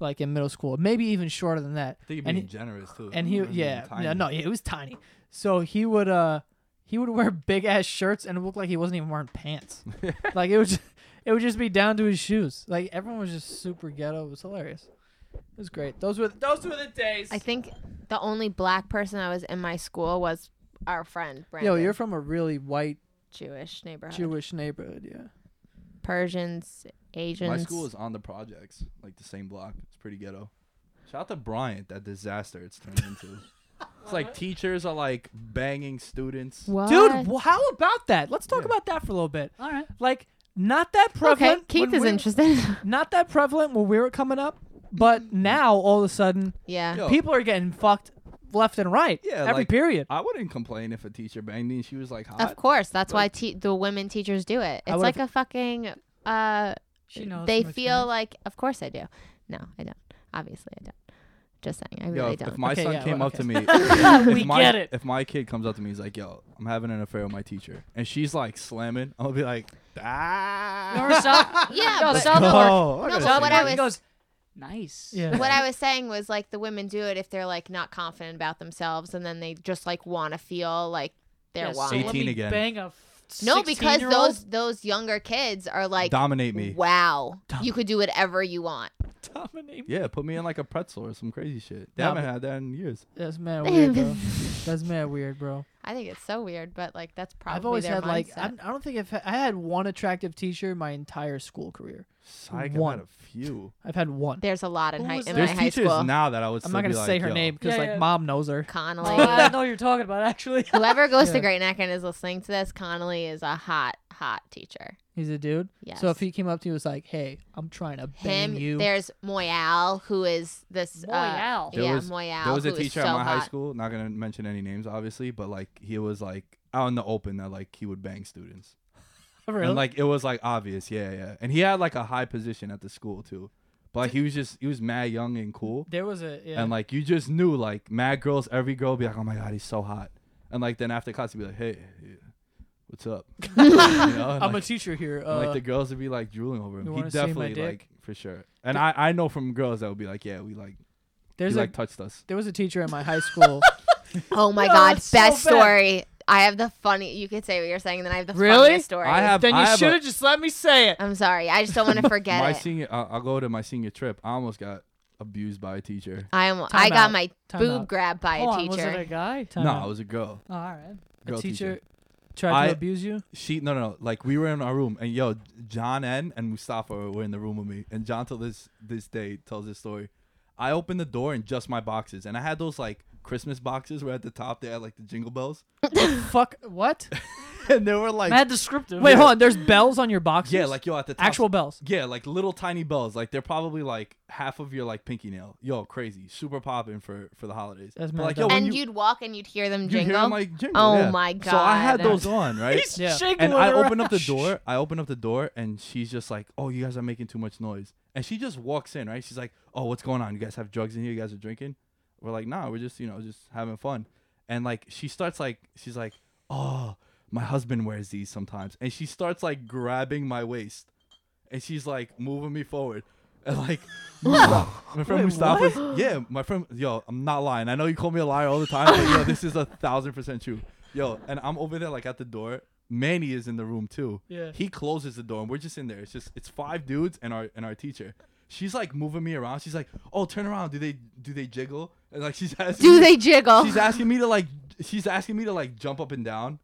Like in middle school. Maybe even shorter than that. I think you're And being he- generous too. and he You're being yeah, tiny. yeah no yeah, it was tiny so he would uh he would wear big ass shirts and it looked like he wasn't even wearing pants. like it would, just, it would just be down to his shoes. Like everyone was just super ghetto. It was hilarious. It was great. Those were those were the days. I think the only black person I was in my school was our friend Brandon. Yo, you're from a really white Jewish neighborhood. Jewish neighborhood. Yeah. Persians, Asians. My school is on the projects, like the same block. It's pretty ghetto. Shout out to Bryant, that disaster it's turned into. it's like teachers are like banging students. What? Dude, wh- how about that? Let's talk Yeah. about that for a little bit. All right. Like, not that prevalent. okay, Keith when is we- interested. Not that prevalent when we were coming up, but now all of a sudden, yeah. Yo. people are getting fucked left and right. Yeah, every like- period. I wouldn't complain if a teacher banged me and she was like hot. Of course, that's why te- the women teachers do it. I It's would've- like a fucking. Uh, She knows. they from feel experience. like, of course I do. No, I don't. Obviously, I don't. Just saying, I Yo, really if, don't. if my Okay, son yeah, came well, up to okay. me, if We my, get it. If my kid comes up to me, he's like, "Yo, I'm having an affair with my teacher," and she's like slamming, I'll be like, "Ah." North South. yeah, No, but South no, Park- Oh, I No, gotta but see what that. I was- goes, nice. Yeah. what I was saying was like the women do it if they're like not confident about themselves, and then they just like want to feel like they're Yeah, so wanted. let 18 me again. Bang a No, because 16-year-old? those those younger kids are like, dominate me. wow, Dom- you could do whatever you want. Dominate. Yeah, put me in like a pretzel or some crazy shit. They Nah, haven't but- had that in years. That's mad weird, bro. That's mad weird, bro. I think it's so weird, but like that's probably I've always their had like I, mindset. I don't think I've had, I had one attractive teacher my entire school career. Psych, One. I've had a few. I've had one. There's a lot in Who high was in my There's high teachers school. now that I would. Still I'm not be gonna like, say her "Yo, name because Yeah, like yeah. mom knows her. Oh, I Connolly. know what you're talking about actually. Whoever goes Yeah. to Great Neck and is listening to this, Connolly is a hot, hot teacher. He's a dude. Yes. So if he came up to you and was like, "Hey, I'm trying to bang Him, you," there's Moyal, who is this. Uh, Moyal. There yeah, was- Moyal. There was a who is teacher so at my hot. high school. Not gonna mention any names, obviously, but like he was like out in the open that like he would bang students. really? And like it was like obvious, yeah, yeah. And he had like a high position at the school too, but like he was just he was mad young and cool, there was a yeah. and like you just knew like mad girls, every girl would be like, oh my god, he's so hot, and like then after class he'd be like, hey, yeah, what's up? You know? And, I'm like, a teacher here. and, Uh, like the girls would be like drooling over you him. He wanna see my definitely dick? like for sure. And I I know from girls that would be like, yeah, we like he there's a like touched us. there was a teacher at my high school. Oh my Yo, God, that's best so bad. story. I have the funny. You could say what you're saying, and then I have the Really? funniest story. I have then I you have a- should have just let me say it. I'm sorry. I just don't want to forget my it. senior. I'll, I'll go to my senior trip. I almost got abused by a teacher. I am. Time I out. got my Time boob out. grabbed by Hold a on, was teacher. it a guy? Time no, out. it was a girl. Oh, all right. girl a teacher teacher. tried I- to abuse you. She no, no no like we were in our room and yo John N and Mustafa were in the room with me and John till this this day tells this story. I opened the door and just my boxes and I had those like Christmas boxes where at the top they had like the jingle bells Fuck what? and they were like Mad descriptive. Wait, hold on. There's bells on your boxes. yeah like yo at the top actual bells. yeah like little tiny bells like they're probably like half of your like pinky nail yo crazy super popping for for the holidays That's But, mad like yo dumb. when and you you, would walk and you'd hear them you jingle. hear 'em, like jingle Oh yeah. my so I had God. those on right He's Yeah. shaking and with I her open up the ass. door. I open up the door, and she's just like, "Oh, you guys are making too much noise." And she just walks in, right? She's like, "Oh, what's going on? You guys have drugs in here? You guys are drinking?" We're like, "Nah, we're just you know just having fun." And like she starts like she's like, "Oh, my husband wears these sometimes," and she starts like grabbing my waist, and she's like moving me forward, and like. Mustafa- my friend Mustafa's yeah, my friend yo, I'm not lying. I know you call me a liar all the time, but yo, this is a thousand percent true. Yo, and I'm over there like at the door. Manny is in the room too. Yeah. He closes the door and we're just in there. It's just it's five dudes and our and our teacher. She's like moving me around. She's like, Oh, turn around. Do they do they jiggle? And like she's asking Do me- they jiggle? She's asking me to like she's asking me to like jump up and down.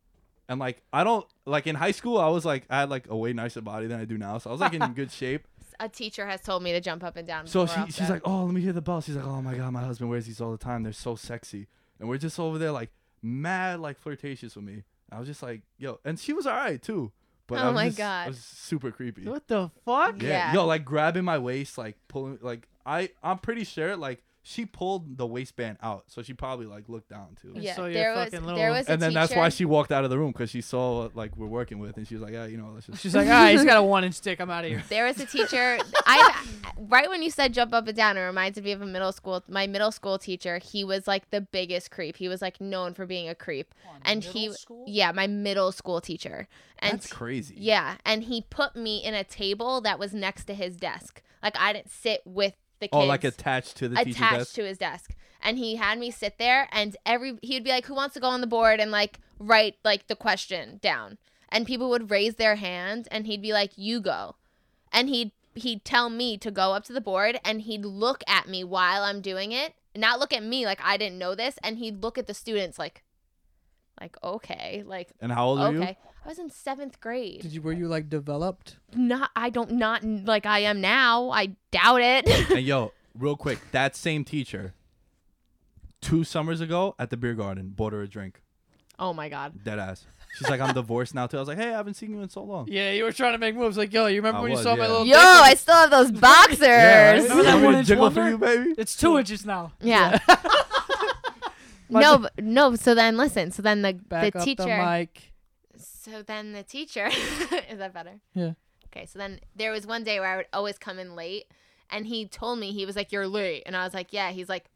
And like I don't like in high school I was like I had like a way nicer body than I do now. So I was like in good shape. a teacher has told me to jump up and down. So before she, she's also. like, oh, let me hear the bell. She's like, oh my god, my husband wears these all the time. They're so sexy. And we're just over there like mad, like flirtatious with me. I was just like, yo, and she was all right too. But I Oh was my just- God. it was super creepy. What the fuck? Yeah. Yeah. yo, like grabbing my waist, like pulling, like I, I'm pretty sure like she pulled the waistband out, so she probably like looked down too. And yeah, so your there was fucking there little- was a And then that's why teacher- she walked out of the room because she saw like we're working with, and she was like, yeah, you know, let's just. She's like, "Ah, all right, he's got a one inch dick. I'm out of here. There was a teacher. I right when you said jump up and down, it reminded me of a middle school. My middle school teacher. He was like the biggest creep. He was like known for being a creep, and he middle school? yeah, my middle school teacher. And That's crazy. yeah, and he put me in a table that was next to his desk. Like I didn't sit with the kids Oh, like attached to the teacher's attached desk. to his desk and he had me sit there and every he would be like who wants to go on the board and like write like the question down and people would raise their hands and he'd be like you go and he'd he'd tell me to go up to the board and he'd look at me while i'm doing it not look at me like i didn't know this and he'd look at the students like like okay like And how old are you? okay i was in seventh grade Did you were you like developed? not i don't not like i am now i doubt it And yo, real quick, that same teacher, two summers ago at the beer garden, bought her a drink. oh my god Dead ass. She's like, I'm divorced now too. I was like, hey, I haven't seen you in so long. Yeah, you were trying to make moves. Like, yo, you remember I when you was, saw my yeah. little yo i still have those boxers Yeah, right? Remember that I'm gonna one-inch jiggle for wonder? you, baby. It's two inches now. Yeah. no, but, no. So then, listen. So then the back the up teacher. the mic? so then the teacher. is that better? Yeah. Okay. So then there was one day where I would always come in late, and he told me he was like, "You're late," and I was like, "Yeah." He's like,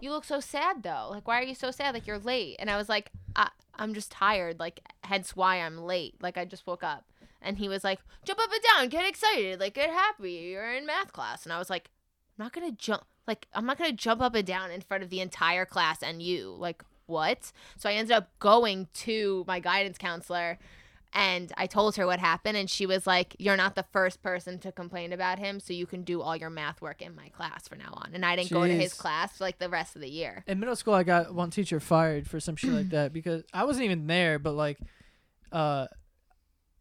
"You look so sad though. Like, why are you so sad? Like, you're late." And I was like, I- "I'm just tired. Like, hence why I'm late. Like, I just woke up." And he was like, "Jump up and down, get excited, like get happy. You're in math class." And I was like, I'm not gonna jump like I'm not gonna jump up and down in front of the entire class and you. Like what? So I ended up going to my guidance counselor and I told her what happened and she was like, You're not the first person to complain about him, so you can do all your math work in my class from now on. And I didn't go to his Jeez. class for like the rest of the year. in middle school I got one teacher fired for some shit like that because I wasn't even there, but like uh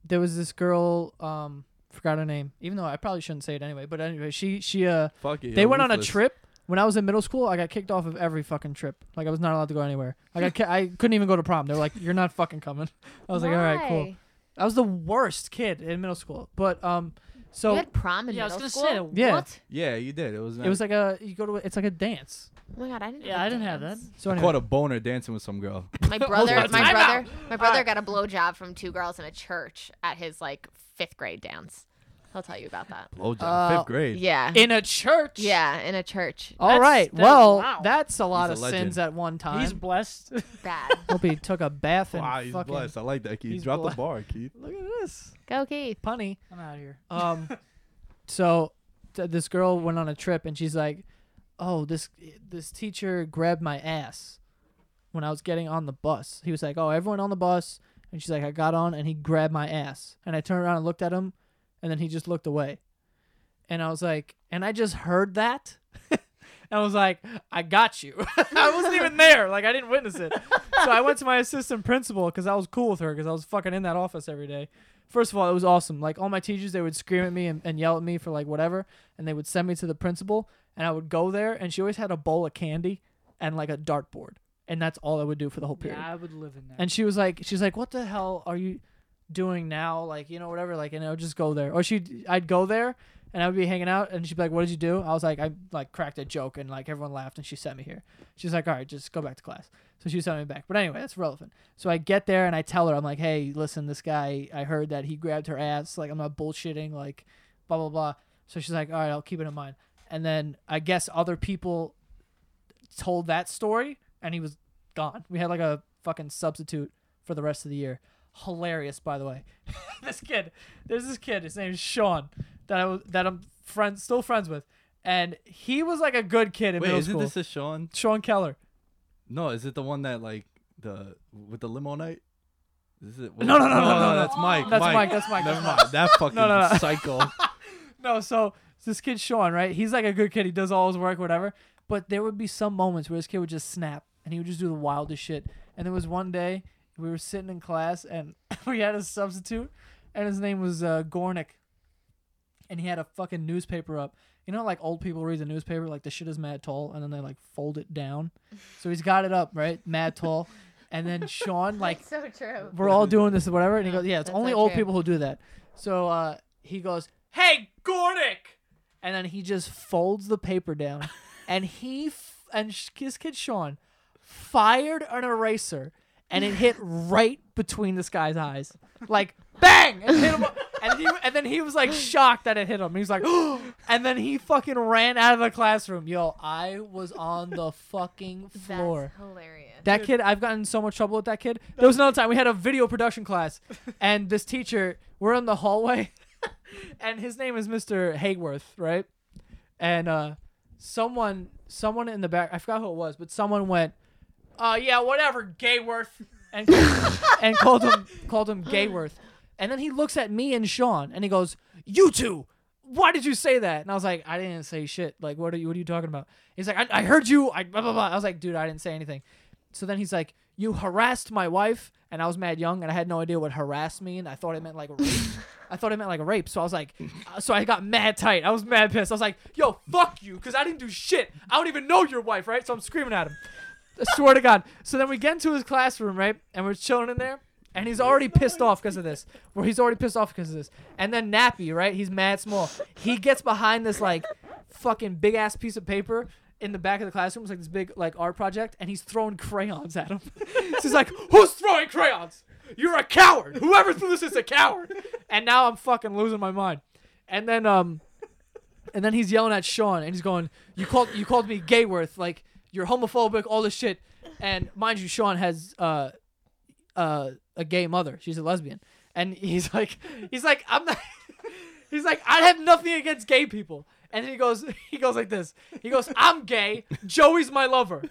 there was this girl, um forgot her name, even though I probably shouldn't say it anyway, but anyway, she she uh Fuck it. they yo, went on a ruthless. trip when I was in middle school, I got kicked off of every fucking trip. Like I was not allowed to go anywhere. I got ki- I couldn't even go to prom. They were like, "You're not fucking coming." I was like, "All right, cool." I was the worst kid in middle school. But um You so had prom in yeah, I was middle gonna school. say. Yeah. What? Yeah, you did. It was. it was like a you go to a, it's like a dance. Oh my god, I didn't. Yeah, I didn't have that. dance. So anyway, caught a boner dancing with some girl. My brother, on, my time brother, my brother Alright. got a blowjob from two girls in a church at his like fifth grade dance. He'll tell you about that. Oh, Uh, fifth grade. Yeah. in a church. Yeah, in a church. All That's- right. that- well, wow. that's a He's lot a of legend. sins at one time. He's blessed. Bad. Hope he took a bath and Wow, he's fucking. blessed. I like that, Keith. he's Drop blessed. the bar, Keith. Look at this Go Keith. punny. I'm out of here. Um, so th- this girl went on a trip and she's like, "Oh, this this teacher grabbed my ass when I was getting on the bus. He was like, "Oh, everyone on the bus," and she's like, "I got on and he grabbed my ass." And I turned around and looked at him, and then he just looked away, and I was like, and I just heard that. I was like, I got you. I wasn't even there. Like, I didn't witness it. So I went to my assistant principal because I was cool with her because I was fucking in that office every day. First of all, it was awesome. Like, all my teachers, they would scream at me and, and yell at me for like whatever. And they would send me to the principal. And I would go there. And she always had a bowl of candy and like a dartboard. And that's all I would do for the whole period. Yeah, I would live in there. And she was like, she's like, what the hell are you doing now? Like, you know, whatever. Like, and I would just go there. Or she, I'd go there and I would be hanging out and she'd be like, what did you do? I was like, I like cracked a joke and like everyone laughed and she sent me here. She's like, all right, just go back to class. So she sent me back. But anyway, that's relevant. So I get there and I tell her, I'm like, hey, listen, this guy, I heard that he grabbed her ass. Like, I'm not bullshitting. Like, blah, blah, blah. So she's like, all right, I'll keep it in mind. And then I guess other people told that story and he was gone. We had like a fucking substitute for the rest of the year. Hilarious, by the way. this kid, there's this kid. His name is Sean that I was, that I'm friends still friends with, and he was like a good kid in Wait, middle isn't school. this a Sean? Sean Keller. No, is it the one that like the with the limo night? Is it? No, no, no, no, no, no. That's Mike. That's Mike. Mike, that's Mike, Never that's mind. That fucking No, no, no. psycho. No, so this kid Sean, right? He's like a good kid. He does all his work, whatever. But there would be some moments where this kid would just snap, and he would just do the wildest shit. And there was one day we were sitting in class, and we had a substitute, and his name was uh, Gornick, and he had a fucking newspaper up. You know, how, like old people read the newspaper, like the shit is mad tall, and then they like fold it down. So he's got it up, right, mad tall, and then Sean like so true. we're all doing this or whatever. And he goes, yeah, it's That's only so old true. people who do that. So uh, he goes, hey, Gornick. And then he just folds the paper down. and he, f- and sh- his kid Sean fired an eraser and it hit right between this guy's eyes. Like, bang! And, hit him, and, he, and then he was like shocked that it hit him. He was like, and then he fucking ran out of the classroom. Yo, I was on the fucking floor. That's hilarious. That kid, I've gotten in so much trouble with that kid. There was another time we had a video production class, and this teacher, we're in the hallway, and his name is Mr. Hayworth, right? And uh, someone, someone in the back, I forgot who it was, but someone went, "Uh, yeah, whatever, Gayworth," and and called him called him Gayworth. And then he looks at me and Sean and he goes, "You two, why did you say that?" And I was like, "I didn't say shit. Like, what are you? What are you talking about?" He's like, "I, I heard you. I blah blah blah." I was like, "Dude, I didn't say anything." So then he's like, "You harassed my wife," and I was mad young and I had no idea what harass mean. I thought it meant like rape. I thought it meant like rape. So I was like, uh, so I got mad tight. I was mad pissed. I was like, "Yo, fuck you," because I didn't do shit. I don't even know your wife, right? So I'm screaming at him. I swear to God. So then we get into his classroom, right? And we're chilling in there. And he's already pissed off because of this. Where he's already pissed off because of this. And then Nappy, right? He's mad small. He gets behind this like fucking big ass piece of paper in the back of the classroom. It's like this big like art project, and he's throwing crayons at him. so he's like, "Who's throwing crayons? You're a coward. Whoever threw this is a coward." And now I'm fucking losing my mind. And then um, and then he's yelling at Sean, and he's going, "You called you called me Gayworth, like you're homophobic, all this shit." And mind you, Sean has uh, uh, a gay mother. She's a lesbian, and he's like, he's like, I'm not. He's like, I have nothing against gay people. And then he goes, he goes like this. He goes, I'm gay. Joey's my lover.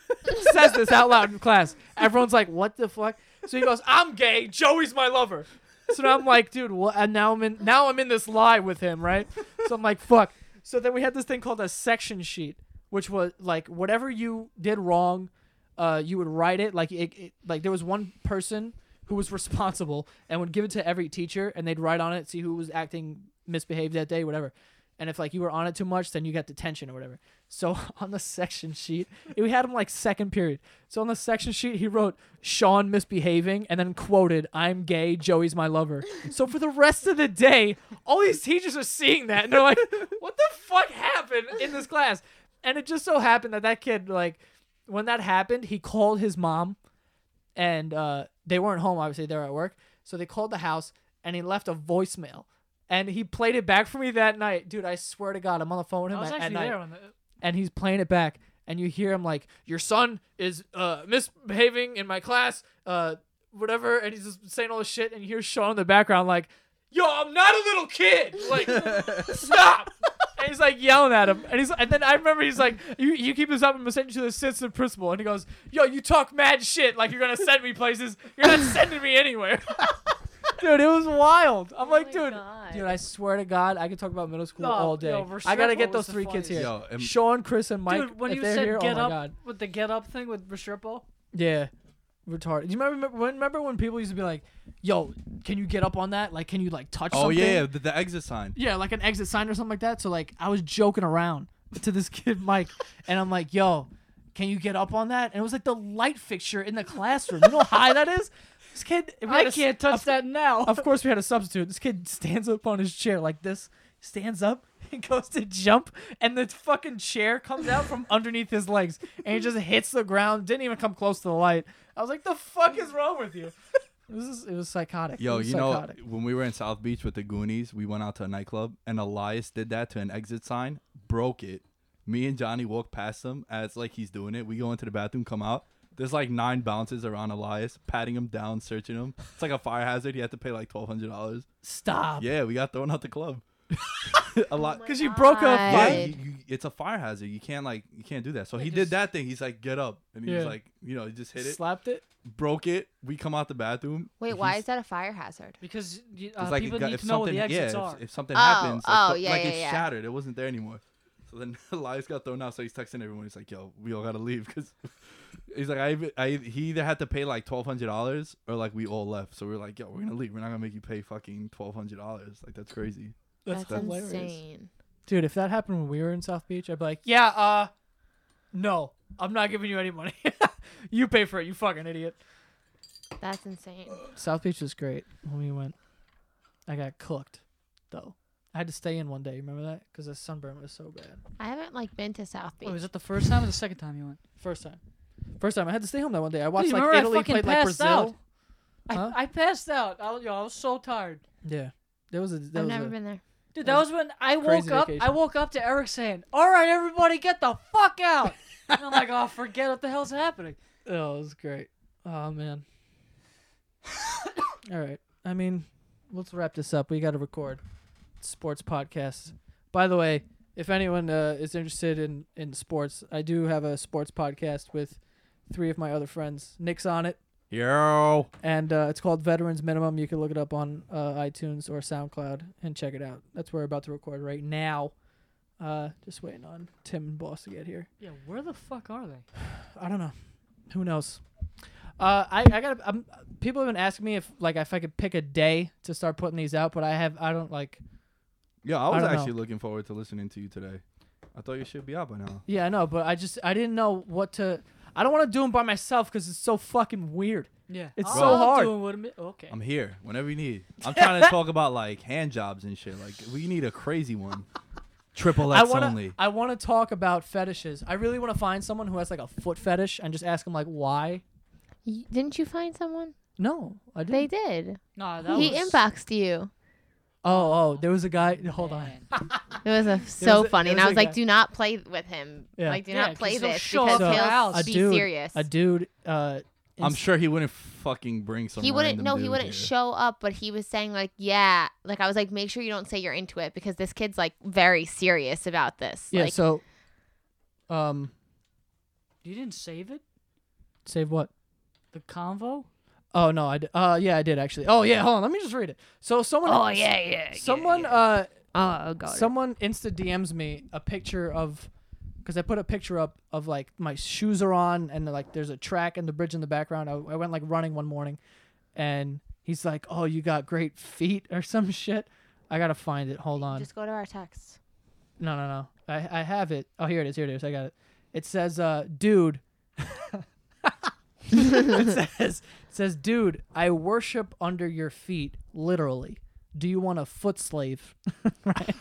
Says this out loud in class. Everyone's like, what the fuck? So he goes, I'm gay. Joey's my lover. So now I'm like, dude, what? And now I'm in, now I'm in this lie with him, right? So I'm like, fuck. So then we had this thing called a section sheet, which was like whatever you did wrong, uh, you would write it. Like it, it, like there was one person who was responsible and would give it to every teacher, and they'd write on it, see who was acting misbehaved that day, whatever. And if like you were on it too much, then you got detention or whatever. So on the section sheet, we had him like second period. So on the section sheet, he wrote Sean misbehaving and then quoted, "I'm gay, Joey's my lover." so for the rest of the day, all these teachers are seeing that and they're like, "What the fuck happened in this class?" And it just so happened that that kid, like, when that happened, he called his mom, and uh, they weren't home. Obviously, they were at work. So they called the house, and he left a voicemail. And he played it back for me that night, dude. I swear to God, I'm on the phone with him I was at, at actually night there when the, and he's playing it back and you hear him like your son is uh misbehaving in my class uh whatever and he's just saying all this shit and you hear sean in the background like yo i'm not a little kid like stop and he's like yelling at him and he's and then i remember he's like you, you keep this up i'm gonna send you to the assistant principal and he goes yo you talk mad shit like you're gonna send me places you're not sending me anywhere dude it was wild i'm Oh like my dude God. dude i swear to god i could talk about middle school No, all day Oh, yo, i gotta Restrepo get was those the three kids funniest. here Yo, am- Sean, Chris, and Mike. dude, when if you they're said here, get oh my up god, with the get up thing with Restrepo, yeah, retarded. Do you remember when? Remember when people used to be like, "Yo, can you get up on that? Like, can you like touch?" Oh something? yeah, yeah, the, the exit sign. yeah, like an exit sign or something like that. So like, I was joking around to this kid Mike, and I'm like, "Yo, can you get up on that?" And it was like the light fixture in the classroom. You know how high that is. This kid, we had I a- can't touch that now. of course, we had a substitute. This kid stands up on his chair like this, stands up, and goes to jump, and the fucking chair comes out from underneath his legs, and he just hits the ground. Didn't even come close to the light. I was like, "The fuck is wrong with you?" This is it was psychotic. It Yo, was you know psychotic. when we were in South Beach with the Goonies, we went out to a nightclub and Elias did that to an exit sign, broke it. Me and Johnny walked past him as like he's doing it. We go into the bathroom, come out. There's like nine bounces around Elias, patting him down, searching him. It's like a fire hazard. He had to pay like twelve hundred dollars. stop. Yeah, we got thrown out the club. a lot. Because you broke a God. Yeah, fight. you, you, it's a fire hazard. You can't like you can't do that. So he just- did that thing. He's like, get up, and he was Yeah. like, you know, he just hit it, Slapped it. broke it. We come out the bathroom. Wait, why is that a fire hazard? because you- uh, It's like people it got, need if to know where something, the exits yeah, are. If, if something Oh, happens, like, oh, the- yeah, like yeah, it's yeah. shattered. It wasn't there anymore. So then Elias got thrown out. So he's texting everyone. He's like, "Yo, we all gotta leave because he's like, I, I he either had to pay like twelve hundred dollars or like we all left. So we are like, yo, we're gonna leave. We're not gonna make you pay fucking twelve hundred dollars. Like that's crazy. That's, hilarious. insane. Dude, if that happened when we were in South Beach, I'd be like, yeah, uh, no, I'm not giving you any money. you pay for it, you fucking idiot. That's insane. South Beach was great when we went. I got cooked, though. I had to stay in one day. Remember that? Because the sunburn was so bad. I haven't like been to South Beach. Oh, Wait, was that the first time or the second time you went? First time. First time. I had to stay home that one day. I watched Dude, like remember I Italy fucking played like passed Brazil. out. I, Huh? I passed out. I, was- yo, I was so tired. Yeah. That was a. That I've was never a, been there. Dude, That that was was when I woke crazy up. I vacation. woke up to Eric saying, "All right, everybody, get the fuck out." and I'm like, "Oh, forget what the hell's happening." Oh, it was great. Oh man. All right. I mean, let's wrap this up. We got to record sports podcasts. By the way, if anyone uh, is interested in in sports, I do have a sports podcast with three of my other friends. Nick's on it. Yo. and uh, it's called Veterans Minimum. You can look it up on uh, iTunes or SoundCloud and check it out. That's where we're about to record right now. Uh, just waiting on Tim and Boss to get here. Yeah, where the fuck are they? I don't know. Who knows? Uh, I I got um, people have been asking me if like if I could pick a day to start putting these out, but I have I don't like Yeah, I was don't know. actually looking forward to listening to you today. I thought you should be out by now. yeah I know, but I just I didn't know what to. I don't want to do them by myself because it's so fucking weird. Yeah, It's I'll- so I'll hard. do it with a mi- okay, I'm here whenever you need. I'm trying to talk about like hand jobs and shit. Like we need a crazy one. Triple I X want only. to I want to talk about fetishes. I really want to find someone who has like a foot fetish and just ask them like why. Y- didn't you find someone? No, I didn't. They did. nah, that he was inboxed you. Oh, oh, there was a guy. Hold on. Man. It was a, so a- funny, there and I was was a like, guy- "Do not play with him. Yeah. Like, do Yeah, not play 'cause he'll this show because up at he'll your house. a Oh, be dude, serious. a dude. Uh, I'm inst- sure he wouldn't fucking bring some. he wouldn't. random No, he dude wouldn't here. show up. But he was saying like, yeah. Like I was like, make sure you don't say you're into it because this kid's like very serious about this. Yeah. Like, so, um, You didn't save it? save what? The convo? Oh no, I d- uh yeah I did actually. Oh yeah, hold on, let me just read it. So someone. oh yeah, yeah. Someone uh Oh god. someone insta DMs me a picture of because I put a picture up of like my shoes are on and like there's a track and the bridge in the background. I, I went like running one morning, and he's like, "Oh, you got great feet or some shit." I gotta find it. Hold on. Just go to our text. No, no, no. I, I have it. Oh, here it is. Here it is. I got it. It says, uh, dude. it says, it says, dude, I worship under your feet, literally. Do you want a foot slave? right.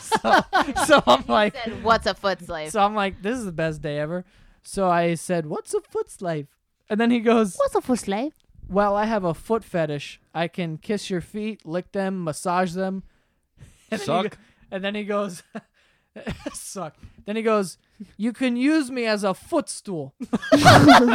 so, so I'm like, Said, What's a foot slave? so I'm like, this is the best day ever. So I said, what's a foot slave? And then he goes, What's a foot slave? well, I have a foot fetish. I can kiss your feet, lick them, massage them. And Then he, Suck. go- and then he goes, suck. Then he goes, you can use me as a footstool.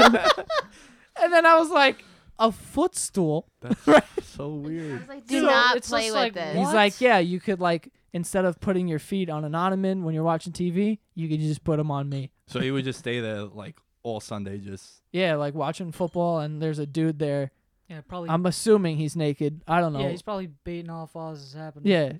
and then I was like, a footstool? So I weird. was like, do So not it's play just with like, this. what? He's like, yeah, you could like, instead of putting your feet on an ottoman when you're watching TV, you could just put them on me. So he would just stay there like all Sunday, just Yeah, like watching football and there's a dude there. Yeah, probably. I'm assuming he's naked. I don't know. yeah, he's probably beating off while this is happening. yeah.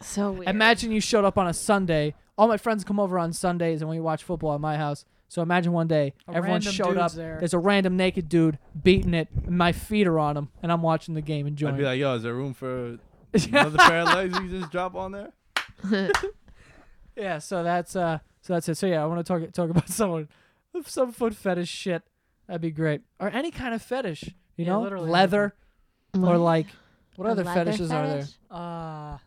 So weird. Imagine you showed up on a Sunday. All my friends come over on Sundays and we watch football at my house. So imagine one day A everyone random showed dude's up. there. There's a random naked dude beating it. And my feet are on him, and I'm watching the game enjoying. I'd be it. like, yo, is there room for another pair of legs you just drop on there? yeah. So that's uh. So that's it. So yeah, I want to talk talk about someone, some foot fetish shit. That'd be great, or any kind of fetish. You Yeah, know, literally leather Mm-hmm. or like what A other leather fetishes are there? fetish? Uh, I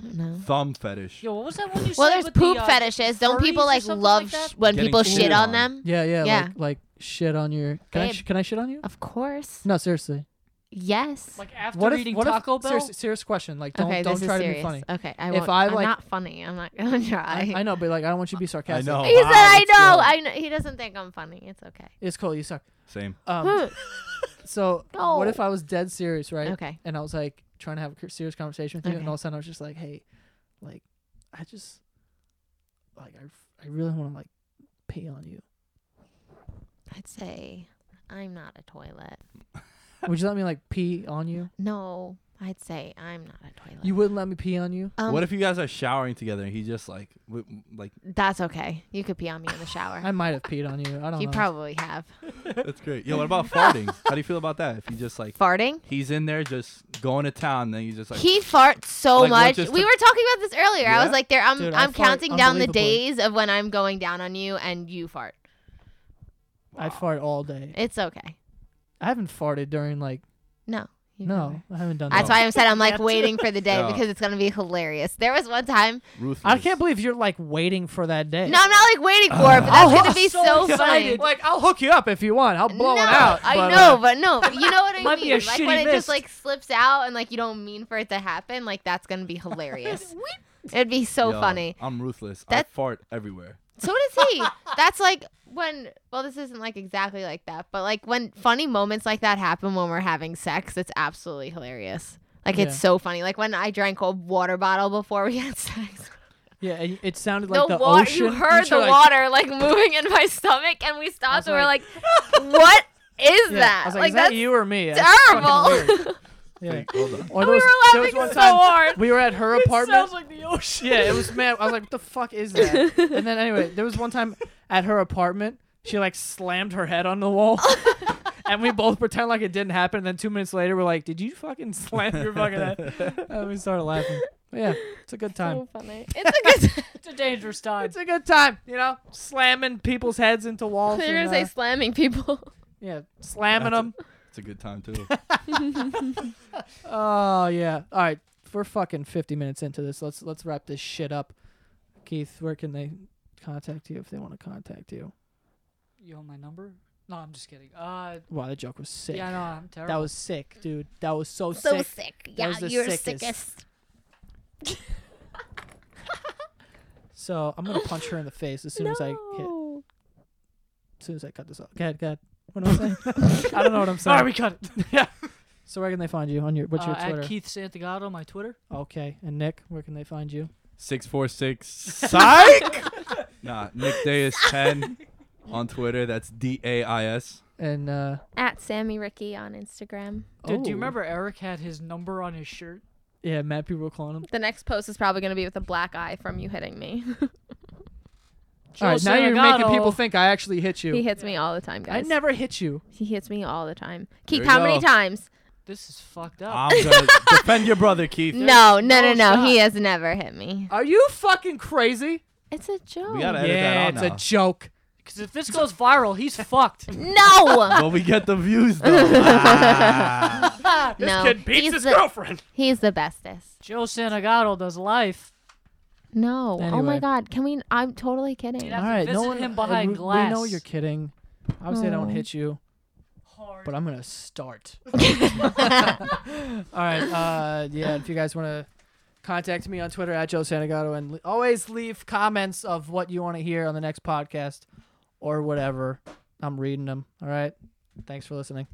don't know. Thumb fetish. yo, what was that one you Well, said? there's with poop the, uh, fetishes. Don't people furries or like something love like that? sh- when Getting people shit chewed on on. them? Yeah, yeah, Yeah. Like like shit on your. Can I Babe. sh- can I shit on you? Of course. No, seriously. Yes. Like after what if, eating what Taco if, Bell? Serious, serious question. Like, don't okay, don't this try is to serious. be funny. Okay, I If won't. I, I'm like- not funny. I'm not gonna try. I, I know, but like, I don't want you to be sarcastic. know. he said, wow, "I that's know, good. I know." He doesn't think I'm funny. It's okay. It's cool. You suck. Same. Um, so No. what if I was dead serious, right? okay. And I was like trying to have a serious conversation with you, Okay. and all of a sudden I was just like, hey, like, I just, like, I, I really want to like pee on you. I'd say I'm not a toilet. Would you let me like pee on you? No, I'd say I'm not a toilet. You wouldn't let me pee on you? um, what if you guys are showering together and he just like, w- w- like That's okay. You could pee on me in the shower. I might have peed on you. I don't you know. probably have that's great. Yo, what about farting? How do you feel about that? If you just like, farting. he's in there just going to town, then you just like, he farts so Like, what, much. just We to- were talking about this earlier. I Yeah? was like, "There, I'm, Dude, I I'm fart counting down the unbelievably. days of when I'm going down on you and you fart. I fart all day. It's okay. I haven't farted during like No, you no, never. I haven't done That's that. why I'm said I'm like That's- waiting for the day Yeah. because it's gonna be hilarious. There was one time. ruthless. I can't believe you're like waiting for that day. No, I'm not like waiting for Uh, it, but that's gonna be so, funny. Like I'll hook you up if you want. I'll blow no, it out. I but, know, uh, but no, you know what I might mean. be a like shitty when it mist. just like slips out and like you don't mean for it to happen, like that's gonna be hilarious. It'd be so Yo, funny. I'm ruthless. That- I fart everywhere. So does he. That's like when. Well, this isn't like exactly like that, but like when funny moments like that happen when we're having sex, it's absolutely hilarious. Like it's Yeah. so funny. Like when I drank a water bottle before we had sex. yeah, it, it sounded like the, the, water. ocean. You heard You're the like, water like moving in my stomach, and we stopped, I and was we're like, "What is Yeah. that? I was like, like, is that's that you or me? That's fucking weird. terrible. Yeah. Like, hold on. Or we were there laughing was one so time- hard. We were at her apartment. Sounds like the ocean. Yeah, it was mad. I was like, what the fuck is that? And then anyway, there was one time at her apartment, she like slammed her head on the wall. and we both pretend like it didn't happen. And then two minutes later, we're like, did you fucking slam your fucking head? And we started laughing. But yeah, it's a good time. So funny. It's a good. It's a dangerous time. It's a good time, you know, slamming people's heads into walls. They're and, gonna say uh, slamming people. yeah, slamming That's them. It's a good time too. Oh yeah. All right, we're fucking 50 minutes into this. Let's let's wrap this shit up. Keith, where can they contact you if they want to contact you? You want my number? No, I'm just kidding. Uh, Wow, that joke was sick. yeah, no, I'm terrible. That was sick, dude. That was so, so sick. sick. Yeah, was the you're sickest. sickest. So I'm gonna punch her in the face as soon as I hit, as No. soon as I cut this off. Go ahead, go ahead. What am I saying? I don't know what I'm saying. Sorry, we cut it. So where can they find you on your what's your Uh, Twitter? At Keith Santagato, my Twitter. okay, and Nick, where can they find you? Six four six. Psych. nah, Nick Day is ten on Twitter. That's D A I S. And uh, At Sammy Ricky on Instagram. Dude, do you oh, remember Eric had his number on his shirt? Yeah, mad people were calling him. The next post is probably gonna be with a black eye from you hitting me. All right, Joe now you're making Santagato. people think I actually hit you. he hits me all the time, I guys. never hit you. He hits me all the time. Keith, you how many go. times? This is fucked up. I'm gonna defend your brother, Keith. No, no, no, no no. He shot. has never hit me. Are you fucking crazy? It's a joke. We gotta edit that yeah, out it's now. a joke. Because if this goes viral, he's fucked. no. but we get the views though. Ah. no. he's the, girlfriend. He's the bestest. Joe Santagato does life. No. Oh Anyway. my God. Can we? I'm totally kidding. Yeah. All right, no Visit one. him uh, behind we- We know glass. Hmm. you're kidding. Obviously, I don't Oh. hit you, Hard. but I'm gonna start. All right. Uh, yeah, if you guys want to contact me on Twitter at Joe Santagato and le- always leave comments of what you want to hear on the next podcast or whatever. I'm reading them. All right. Thanks for listening.